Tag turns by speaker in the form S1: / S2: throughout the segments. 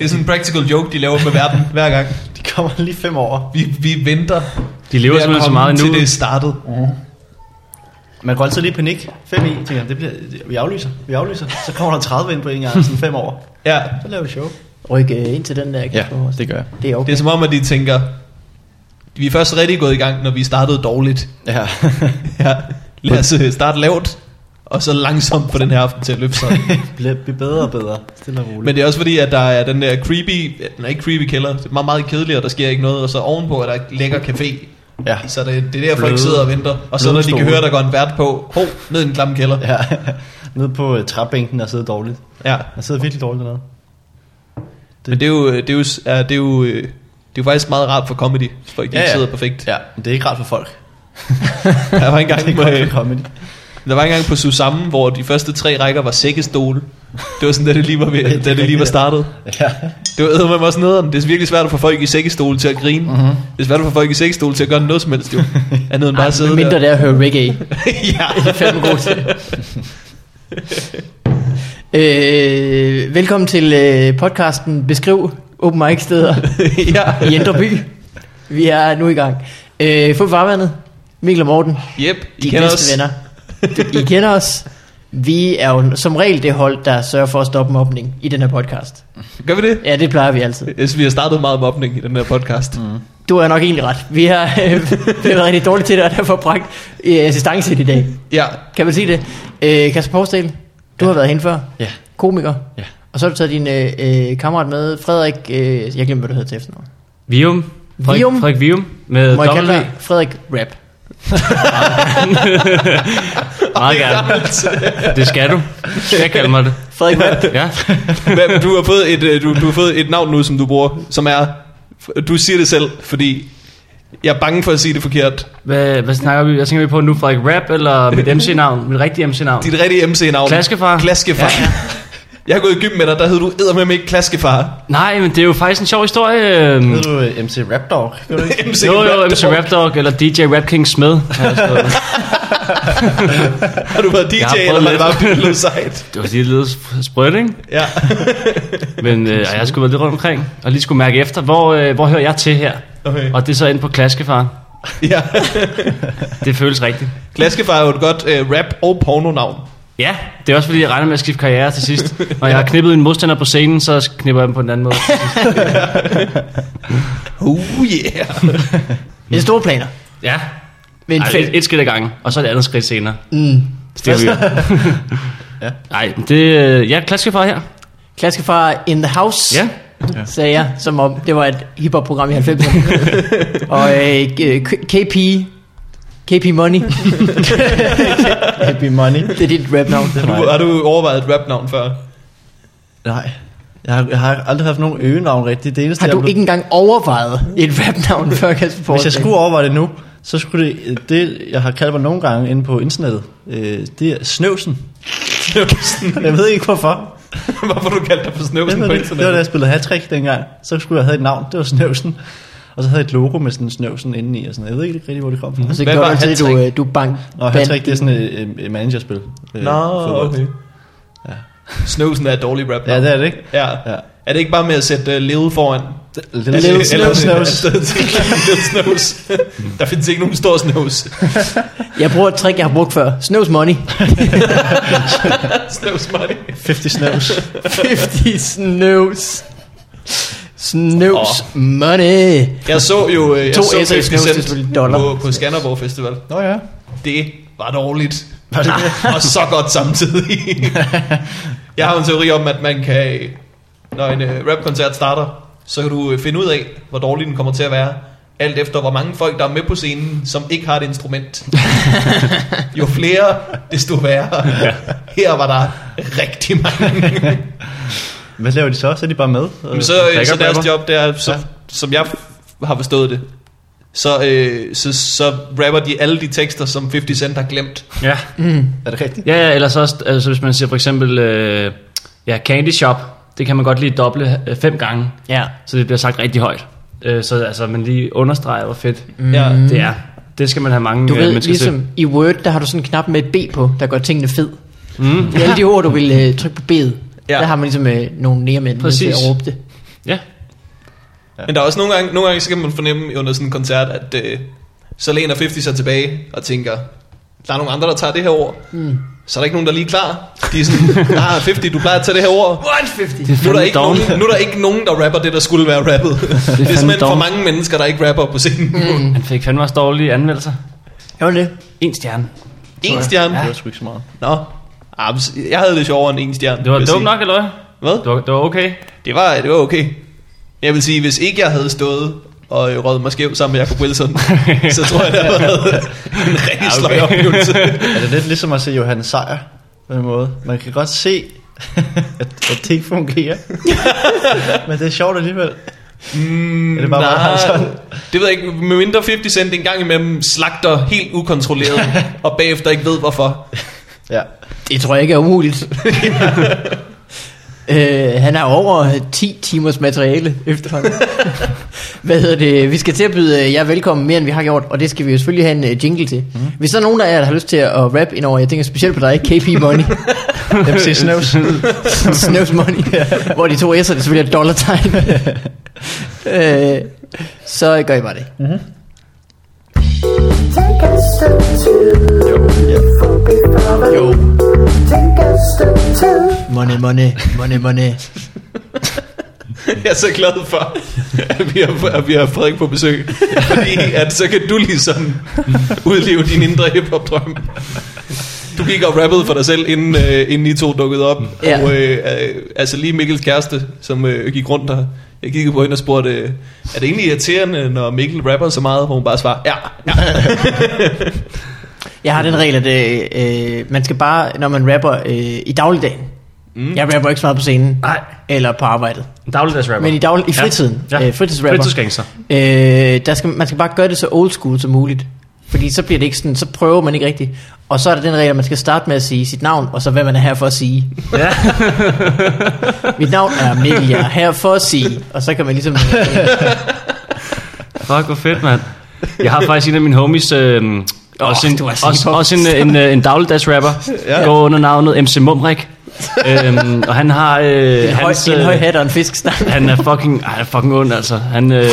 S1: er sådan en practical joke, de laver med verden hver gang.
S2: De kommer lige fem år.
S1: Vi, vi venter
S3: De lever
S1: med at
S3: simpelthen så
S1: komme
S3: meget
S1: til
S3: nu.
S1: det er startet.
S2: Man går altid lige i panik. 5 i, tænker jeg, det bliver, det, vi aflyser, vi aflyser. Så kommer der 30 ind på en gang, sådan fem år.
S1: Ja,
S2: Så laver vi show.
S4: Ryk øh, ind til den der,
S5: Ja,
S4: Kasper. Horst.
S5: det gør jeg.
S4: det er okay.
S1: det er som om, at de tænker, vi er først rigtig gået i gang, når vi startede dårligt.
S5: Ja.
S1: Ja, lad os øh, starte lavt, og så langsomt på den her aften til at løbe sådan.
S2: Bliver, bliver bedre og bedre. Stille og roligt.
S1: Men det er også fordi, at der er den der creepy, den er ikke creepy kælder, det er meget, meget kedelig, og der sker ikke noget, og så ovenpå er der et lækker café.
S5: Ja.
S1: Så det, det er der, folk
S2: Bløde-
S1: sidder og venter, og så
S2: bløde
S1: når de kan
S2: stole.
S1: høre, der går en vært på, ho, ned i den klamme kælder.
S2: Ja, nede på øh, træbænken og sidde dårligt.
S1: Ja.
S2: Jeg sidder virkelig dårligt dernede.
S1: Men det er jo, øh, det er jo, ja, det er jo, øh, det er jo faktisk meget rart for comedy, for ikke
S5: Ja,
S1: ja,
S5: ja.
S1: ja. sidder perfekt. Ja.
S5: ja,
S2: Men det er ikke rart for folk.
S1: Der var
S2: Det er
S1: engang på,
S2: godt
S1: øh,
S2: for comedy.
S1: der var engang på Susamme, hvor de første tre rækker var sækkestole. Det var sådan, da det lige var, ved, da det lige var startet.
S2: Ja.
S1: Det var eddermame også nederen. Det er virkelig svært at få folk i sækkestole til at grine. Mm-hmm. Det er svært at få folk i sækkestole til at gøre noget som helst, jo. Andet end bare sidde
S4: mindre
S1: der.
S4: det er at høre reggae.
S1: ja.
S4: Det er fandme god til. øh, velkommen til øh, podcasten Beskriv Open Mic Steder
S1: ja.
S4: i Indre By. Vi er nu i gang. Øh, Fod farvandet, Mikkel og Morten,
S1: Yep,
S4: de
S1: I kender
S4: bedste
S1: os.
S4: venner. I kender os. Vi er jo som regel det hold, der sørger for at stoppe mobning i den her podcast.
S1: Gør vi det?
S4: Ja, det plejer vi altid.
S1: Jeg synes, vi har startet meget mobning i den her podcast. Mm.
S4: Du er nok egentlig ret. Vi har øh, vi har været rigtig dårlige til det, og derfor bragt øh, assistance i dag.
S1: Ja,
S4: Kan man sige det? Øh, Kasper Porsdal, du ja. har været hen før.
S5: Ja.
S4: Komiker.
S5: Ja.
S4: Og så har du taget din øh, øh, kammerat med, Frederik, øh, jeg glemmer, hvad du hedder til efternavn.
S3: Vium. Frederik,
S4: Vium?
S3: Frederik Vium med E.
S4: Må jeg kalde
S3: Øh, W. Mm.
S4: dig Frederik Rap?
S3: Meget gerne. Det skal du. Du skal kalde mig det.
S4: Frederik Rap?
S3: Ja.
S1: Hvad, du, har fået et, øh, du, du har fået et navn nu, som du bruger, som er... Du siger det selv, fordi jeg er bange for at sige det forkert.
S3: Hvad, hvad snakker vi? Hvad tænker vi på nu? Frederik Rap eller mit MC-navn? Mit rigtige MC-navn?
S1: Dit rigtige MC-navn.
S3: Klaskefar?
S1: Klaskefar. Ja, ja. Jeg har gået i gym med dig, der hed du eddermame ikke Klaskefar.
S3: Nej, men det er jo faktisk en sjov historie. øhm.
S2: Ved du øh, MC Rapdog? Ved du ikke?
S1: MC
S3: Jo, jo,
S1: Rap
S3: MC
S1: Dog.
S3: Rapdog eller DJ Rap King Smed.
S1: Har du været DJ,
S3: Jeg har prøvet
S1: eller var det bare
S3: lidt.
S1: fordi det lød sejt?
S3: Det var lige lidt sprødt, ikke?
S1: Ja.
S3: Men øh, og jeg skulle været lidt rundt omkring, og lige skulle mærke efter, hvor, øh, hvor hører jeg til her?
S1: Okay.
S3: Og det er så inde på Klaskefar.
S1: ja.
S3: Det føles rigtigt.
S1: Klaskefar er jo et godt uh, rap- og porno-navn.
S3: Ja, det er også fordi, jeg regner med at skifte karriere til sidst. Når jeg har knippet en modstander på scenen, så knipper jeg dem på en anden måde.
S1: Oh yeah.
S4: Det er store planer.
S3: Ja,
S4: Men
S3: Ej,
S4: fedt.
S3: et, et skridt ad gangen, og så et andet skridt senere.
S4: Mm.
S3: Stille ja. Nej, det øh, jeg er Klaskefar her.
S4: Klaskefar in the house,
S3: Ja.
S4: sagde jeg, som om det var et hiphop-program i 90'erne. og øh, K- KP, KP Money,
S2: Happy Money.
S4: det er dit rap-navn.
S2: Det er
S1: Du,
S2: mig.
S1: har du overvejet et rap-navn før?
S2: Nej. Jeg har, jeg har aldrig haft nogen øgenavn rigtigt. Det eneste,
S4: Har
S2: jeg
S4: du ikke engang overvejet et rap-navn før, Kasper Porsdal?
S2: Hvis jeg skulle overveje det nu, så skulle det, øh, det jeg har kaldt mig nogle gange inde på internettet, øh, det er snøvsen. Jeg ved ikke hvorfor.
S1: Hvorfor du kaldte dig for
S2: Jeg
S1: snøvsen
S2: ved
S1: på
S2: det, ikke. det var da
S1: internettet?
S2: jeg spillede hat dengang. Så skulle jeg have et navn, det var snøvsen. Og så havde jeg et logo med sådan en snøvsen indeni og sådan noget. Jeg ved ikke rigtig, hvor det kom fra.
S4: Så
S1: Hvad
S4: gjorde
S1: var
S4: du til, du,
S1: hat-trick?
S4: øh, du bank.
S2: Nå, hat-trick, det er sådan et, et, et managerspil. øh, fodbold. Ja.
S1: Snøvsen er et dårligt rap
S2: Ja, det er det ikke.
S1: Ja.
S2: Ja.
S1: Er det ikke bare med at sætte uh, lede foran?
S2: Little,
S1: Eller-
S2: little,
S1: eller-
S2: snøvs.
S1: Little snøvs. Der findes ikke nogen stor snøvs.
S4: Jeg bruger et trick, jeg har brugt før. Snøvs money.
S1: Snøvs money.
S2: 50 snøvs.
S4: 50 snøvs. Snøvs oh. money.
S1: Jeg så jo øh, jeg
S4: To
S1: så
S4: S'er i
S1: 50
S4: snøvs, det er
S1: Cent
S4: selvfølgelig dollar.
S1: på, på Skanderborg Festival.
S2: Nå ja.
S1: Det var dårligt.
S2: Var det det?
S1: og så godt samtidig. jeg har en teori om, at man kan, når en øh, rapkoncert starter, så kan du øh, finde ud af, hvor dårlig den kommer til at være, alt efter hvor mange folk, der er med på scenen, som ikke har et instrument. jo flere, desto værre. Her var der rigtig mange.
S2: Hvad laver de så? Så er de bare med?
S1: Men så, øh, så deres job, det er, så, ja. som jeg f- har forstået det, så, øh, så, så rapper de alle de tekster, som 50 Cent har glemt.
S3: Ja.
S1: øh,
S2: Er det rigtigt?
S3: Ja, ja, eller så også, altså, hvis man siger for eksempel, øh, ja, Candy Shop, det kan man godt lige doble øh, fem gange,
S4: Ja.
S3: så det bliver sagt rigtig højt. Øh, så altså, man lige understreger, hvor fedt
S1: Mm. Ja,
S3: mm. det er. Det skal man have mange
S4: Mhm. Du
S3: øh,
S4: ved,
S3: mennesker til.
S4: ligesom i Word, der har du sådan en knap med et B på, der gør tingene fed.
S3: Mm.
S4: Det er alle de ord, du vil øh, trykke på B'et.
S1: Ja.
S4: Ja. Der har man ligesom øh, nogle nærmænd med til
S3: Præcis.
S4: at råbe det.
S3: Ja.
S1: Men der er også nogle gange, nogle gange så kan man fornemme under sådan en koncert, at øh, så læner 50 sig tilbage og tænker, der er nogle andre, der tager det her ord. Mm. Så er der ikke nogen, der er lige klar. De er sådan, nej, 50, du plejer at tage det her ord.
S4: 150.
S1: Nu er, der ikke nogen, nu er der ikke nogen, der rapper det, der skulle være rappet. Det er, det er
S3: fandme
S1: simpelthen for
S3: dårligt.
S1: mange mennesker, der ikke rapper på scenen. Mm.
S3: Han fik fandme også dårlige anmeldelser.
S4: Jo, Mhm. det.
S3: En stjerne.
S1: En stjerne.
S2: Det
S1: Ja.
S2: var sgu ikke så meget.
S1: Nå, Ah, men s- jeg havde det sjovere end en stjerne.
S3: Det var
S1: vil jeg
S3: dumt
S1: sige.
S3: nok, eller hvad?
S1: Hvad?
S3: Det var, det var okay.
S1: Det var, det var okay. Jeg vil sige, hvis ikke jeg havde stået og øh, røget mig skæv sammen med Jacob Wilson, så tror jeg, det havde været en rigtig ja,
S3: Ja,
S1: okay.
S3: okay.
S1: sløj oplevelse.
S2: Er det lidt ligesom at se Johan Sejer på en måde? Man kan godt se, at, at det ikke fungerer. Men det er sjovt alligevel.
S1: Mm,
S2: Er det bare meget
S1: nej,
S2: sådan?
S1: Det ved jeg ikke. Med mindre 50 Cent en gang imellem slagter helt ukontrolleret, og bagefter ikke ved hvorfor.
S2: Ja.
S4: Det tror jeg ikke er umuligt. øh, han har over 10 timers materiale efterhånden. Hvad hedder det? Vi skal til at byde øh, jer velkommen mere, end vi har gjort, og det skal vi jo selvfølgelig have en øh, jingle til. Mm. Hvis der er nogen, der, er, der har lyst til at rap ind over, jeg tænker specielt på dig, KP Money,
S2: MC Snøvs.
S4: Snøvs Money, hvor de to S'er, det selvfølgelig er dollar time. øh, så gør I bare det.
S5: Take a step two. Full before
S4: Jo,
S5: Take a step two.
S4: money, money, money, money.
S1: Jeg er så glad for, at vi har, at vi har Frederik på besøg. Fordi at så kan du ligesom udleve din indre hiphop-drøm. Du gik og rappede for dig selv, inden, øh, inden I to dukkede op.
S4: Ja.
S1: Og øh, øh, altså lige Mikkels kæreste, som øh, gik rundt der. Jeg kiggede på hende og spurgte, øh, er det egentlig irriterende, når Mikkel rapper så meget? Hvor hun bare svarer, ja.
S4: Jeg har den regel, at øh, øh, man skal bare, når man rapper øh, i dagligdagen. Mm. Jeg rapper ikke så meget på scenen.
S3: Nej.
S4: Eller på arbejdet.
S3: En dagligdags rapper.
S4: Men i, daglig, i fritiden.
S3: Ja. ja.
S4: Øh, fritidsrapper.
S3: Fritidsgangster.
S4: Øh, der skal, man skal bare gøre det så old school som muligt. Fordi så bliver det ikke sådan, så prøver man ikke rigtigt. Og så er der den regel, at man skal starte med at sige sit navn, og så hvad man er her for at sige.
S3: Ja.
S4: Mit navn er Mikkel, jeg er her for at sige. Og så kan man ligesom...
S3: Fuck, hvor fedt, mand. Jeg har faktisk en af mine homies... Øh, også, en,
S4: du er så
S3: også,
S4: hiphop.
S3: også en, øh, en, øh, en dagligdags rapper ja. Går under navnet MC Mumrik øhm, Og han har øh,
S4: en, høj,
S3: hans,
S4: en
S3: øh,
S4: høj hat og en fisk snart.
S3: Han er fucking, ej, han er fucking ond, altså. Han, øh,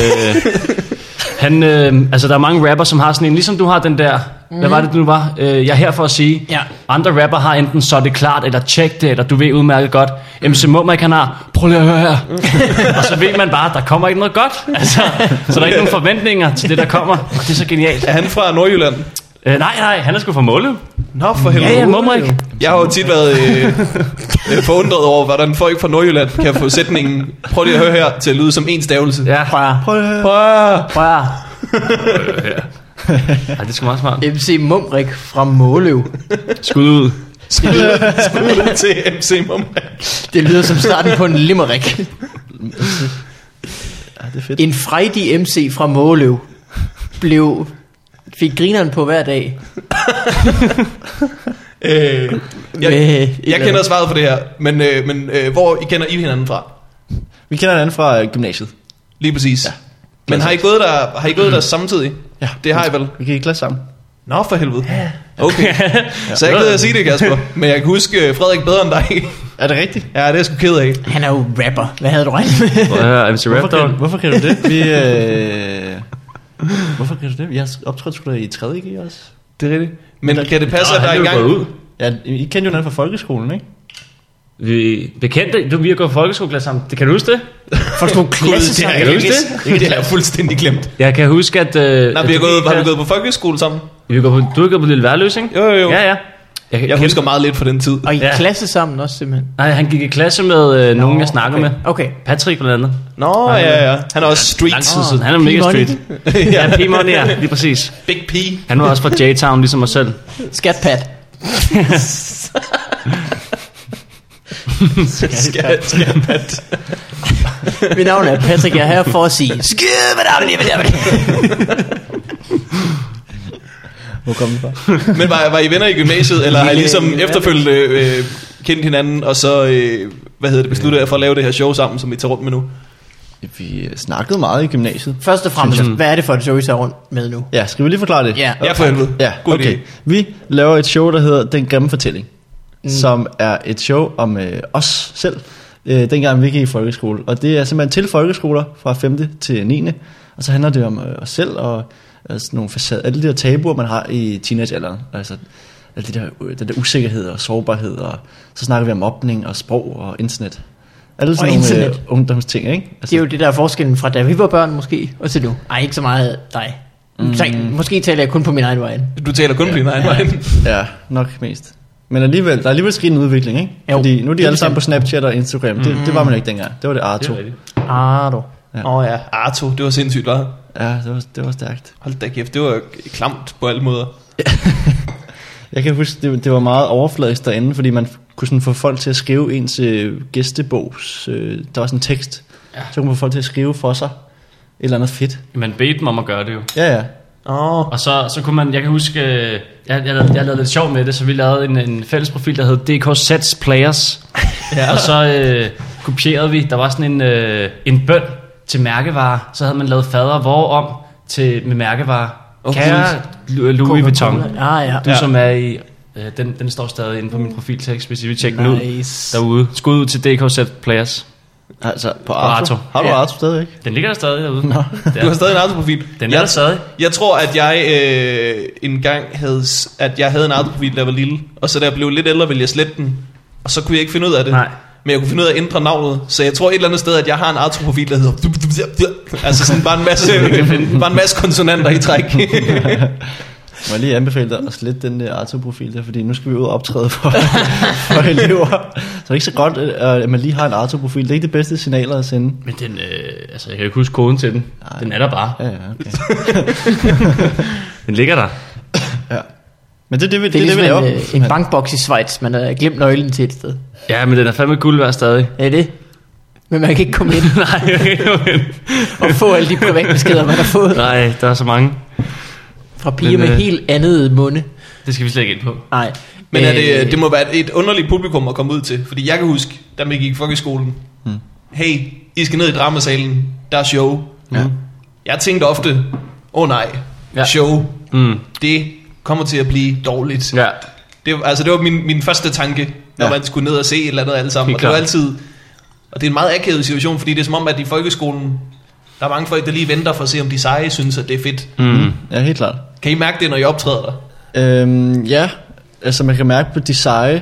S3: han, øh, altså, der er mange rapper, som har sådan en, ligesom du har den der, mm. hvad var det, du var? Øh, jeg er her for at sige.
S4: Ja.
S3: Andre rapper har enten så er det klart, eller tjek det, eller du ved udmærket godt. MC Mumma kan har, prøv lige at høre her. og så ved man bare, der kommer ikke noget godt. Altså, så der er ikke nogen forventninger til det, der kommer. Og det er så genialt.
S1: Er han fra Nordjylland?
S3: Øh, nej, nej, han er sgu fra Måløv.
S1: Nå, for
S3: Ja,
S1: helvede.
S3: ja, Mumrik.
S1: Jeg har jo tit været øh, øh, forundret over, hvordan folk fra Nordjylland kan få sætningen, prøv lige at høre her, til at lyde som en stavelse.
S3: Ja,
S4: Prøv at-
S2: Prøv at
S1: Prøv at-
S4: Prøv at-
S3: Ej, det er sgu meget smart.
S4: MC Mumrik fra Måløv.
S3: Skud ud.
S1: Skud ud til MC Mumrik.
S4: Det lyder som starten på en limerick.
S2: Ja, det er fedt.
S4: En frejdig MC fra Måløv blev, fik grineren på hver dag.
S1: Øh, jeg,
S4: med,
S1: jeg kender svaret på det her, men, øh, men øh, hvor I kender I hinanden fra?
S2: Vi kender hinanden fra øh, gymnasiet.
S1: Lige præcis. Ja. Men har I gået der, har I gået der samtidig?
S2: Ja.
S1: Det har I vel?
S2: Vi gik i klasse sammen.
S1: Nå, for helvede. Ja. Okay. Så jeg er ked af at sige det, Kasper. Men jeg kan huske øh, Frederik bedre end dig.
S2: Er det rigtigt?
S1: Ja, det er jeg sgu ked af.
S4: Han er jo rapper. Hvad havde du regnet med?
S3: Prøv at høre, MC Rap
S2: Hvorfor kan,
S3: Dog.
S2: hvorfor kan du det? Vi, øh, hvorfor kan du det? Jeg optrådte sgu da i 3. G også.
S1: Det er rigtigt. Men kan det passe, at der
S3: Han
S1: er
S3: er jo
S1: engang...
S3: gået ud.
S2: Ja, I kendte jo hinanden fra folkeskolen, ikke?
S3: Vi bekendte, du vi har gået folkeskoleklasse sammen. Det kan du huske det?
S4: For sådan nogle klasse
S1: Det har jeg,
S3: Kan du
S1: ikke-
S3: huske
S1: det? har jeg fuldstændig glemt.
S3: Jeg kan huske, at... Øh,
S1: Nej,
S3: at
S1: vi har,
S3: du
S1: gået,
S3: gik
S1: har vi
S3: der-
S1: gået på folkeskole sammen?
S3: Vi går på, du har gået på Lille Værløs, ikke?
S1: Jo, jo, jo.
S3: Ja, ja. Jeg,
S1: Jeg husker meget lidt fra den tid.
S4: Og i
S3: Ja.
S4: klasse sammen også simpelthen.
S3: Nej, han gik i klasse med øh, nogen, jeg snakker
S4: okay.
S3: med.
S4: Okay.
S3: Patrick blandt andet.
S1: Nå, ja, ja. Han er også street.
S3: Lang tid
S4: Åh,
S3: siden. Han er mega
S4: P-Money.
S3: street. ja, P-Money, ja. Lige præcis.
S1: Big P.
S3: Han var også fra J-Town, ligesom mig selv.
S4: Skatpat.
S1: Skat, skat, pat.
S4: Mit navn er Patrick, jeg er her for at sige Skide med dig, lige med dig.
S2: Hvor kom vi fra?
S1: Men var, var I venner i gymnasiet, eller har I ligesom efterfølgende øh, kendt hinanden, og så øh, hvad hedder det, besluttet jer for at lave det her show sammen, som I tager rundt med nu?
S2: Vi øh, snakkede meget i gymnasiet.
S4: Først og fremmest, hvad er det for et show, I tager rundt med nu?
S2: Ja, skal vi lige forklare det?
S4: Ja.
S1: Ja, for helvede.
S2: Ja,
S1: God
S2: okay.
S1: idé.
S2: Vi laver et show, der hedder Den Grimme Fortælling, mm. som er et show om øh, os selv. øh, dengang vi gik i folkeskole. Og det er simpelthen til folkeskoler fra 5. til 9. Og så handler det om øh, os selv og altså, nogle facade, alle de der tabuer, man har i teenagealderen. Altså, alle de der, øh, den der usikkerhed og sårbarhed, og så snakker vi om opning og sprog og internet. Alle sådan nogle øh,
S4: internet.
S2: ungdomsting, ikke?
S4: Det er jo det der er forskellen fra da vi var børn måske, og til nu. Ej, ikke så meget dig. Mm. Så, måske taler jeg kun på min egen vej.
S1: Du taler kun på din egen vej.
S2: Ja, nok mest. Men alligevel, der er alligevel sket en udvikling, ikke?
S4: Jo,
S2: Jo, Fordi nu er
S4: det
S2: de
S4: er
S2: alle sammen på
S4: bestemt.
S2: Snapchat og Instagram. Mm. Det, det var man ikke dengang. Det var det Arto. Det
S4: Ah, du.
S2: Ja.
S1: Åh oh, ja, Arto, det var sindssygt, var
S2: ja, det var, det var stærkt.
S1: Hold da kæft, det var klamt på alle måder.
S2: Jeg kan huske, det, det var meget overfladisk derinde, fordi man kunne sådan få folk til at skrive ens øh, gæstebogs... Øh, der var sådan en tekst. Ja. Så kunne man få folk til at skrive for sig et eller andet fedt.
S3: Man bedte dem om at gøre det jo.
S2: Ja, ja.
S1: Åh, oh,
S3: Og så, så kunne man, jeg kan huske, øh, jeg, jeg, lavede, jeg lavede lidt sjov med det, så vi lavede en, en fælles profil, der hed DKZ's Players. ja. Og så øh, kopierede vi, der var sådan en, øh, en bøn til mærkevarer, så havde man lavet fader hvorom til, med mærkevarer.
S1: Okay.
S3: Okay. Kære Lu- Louis Vuitton, du
S4: Ah, ja.
S3: ja. som er i, øh, den, den står stadig inde på min profiltekst, hvis I vil tjekke den ud
S4: Nice.
S3: derude. Skud ud til DKZ Players.
S2: Altså, på
S3: Arto.
S2: Arto. Har du
S4: Ja.
S2: ja. Arto stadigvæk?
S3: Den ligger der stadig derude. Nå.
S1: du har stadig en Arto-profil.
S3: Den er altså
S1: jeg,
S3: der stadig.
S1: Jeg tror, at jeg øh, engang havde, s- at jeg havde en Arto-profil, der var lille. Og så da jeg blev lidt ældre, ville jeg slette den. Og så kunne jeg ikke finde ud af det.
S3: Nej.
S1: Men jeg kunne finde ud af at ændre navnet. Så jeg tror et eller andet sted, at jeg har en Arto-profil, der hedder... Altså sådan bare en masse, bare en masse konsonanter i træk.
S2: Må jeg lige anbefale dig at slette den der Arto-profil der, fordi nu skal vi ud og optræde for, for elever. Så det er ikke så godt, øh, at man lige har en Arto-profil. Det er ikke det bedste signaler at sende.
S3: Men den, øh, altså jeg kan jo ikke huske koden til den.
S2: Nej.
S3: Den er der bare.
S2: Ja, ja, okay.
S3: Den ligger der.
S2: ja. Men det er det, vi, det,
S4: Det er
S2: det, det, vi laver.
S4: ligesom en, øh, en bankboks i Schweiz, man har glemt nøglen til et sted.
S3: Ja, men den er fandme guld værd stadig.
S4: Er det? Men man kan ikke komme ind
S3: Nej,
S4: og få alle de privatbeskeder, man har fået
S3: Nej, der er så mange.
S4: fra piger
S3: Men,
S4: med
S3: øh,
S4: helt andet munde.
S3: Det skal vi slet ikke ind på.
S4: Nej.
S1: Men er det,
S4: Øh,
S1: det må være et underligt publikum at komme ud til. Fordi jeg kan huske, da vi gik i folkeskolen. Hmm. Hey, I skal ned i dramasalen. Der er show.
S2: Ja.
S1: Jeg tænkte ofte, åh oh, nej,
S3: Ja.
S1: ja. show,
S3: Mm.
S1: det kommer til at blive dårligt.
S3: Ja.
S1: Det, altså, det var min, min første tanke, når ja.
S2: Ja.
S1: man skulle ned og se et eller andet alle sammen.
S3: Helt
S1: Og det var
S3: klart.
S1: altid... Og det er en meget akavet situation, fordi det er som om, at i folkeskolen, der er mange folk, der lige venter for at se, om de seje synes, at det er fedt.
S3: Mm.
S2: Ja, helt klart.
S1: Kan I mærke det, når I optræder der?
S2: Øhm, ja, altså man kan mærke på de seje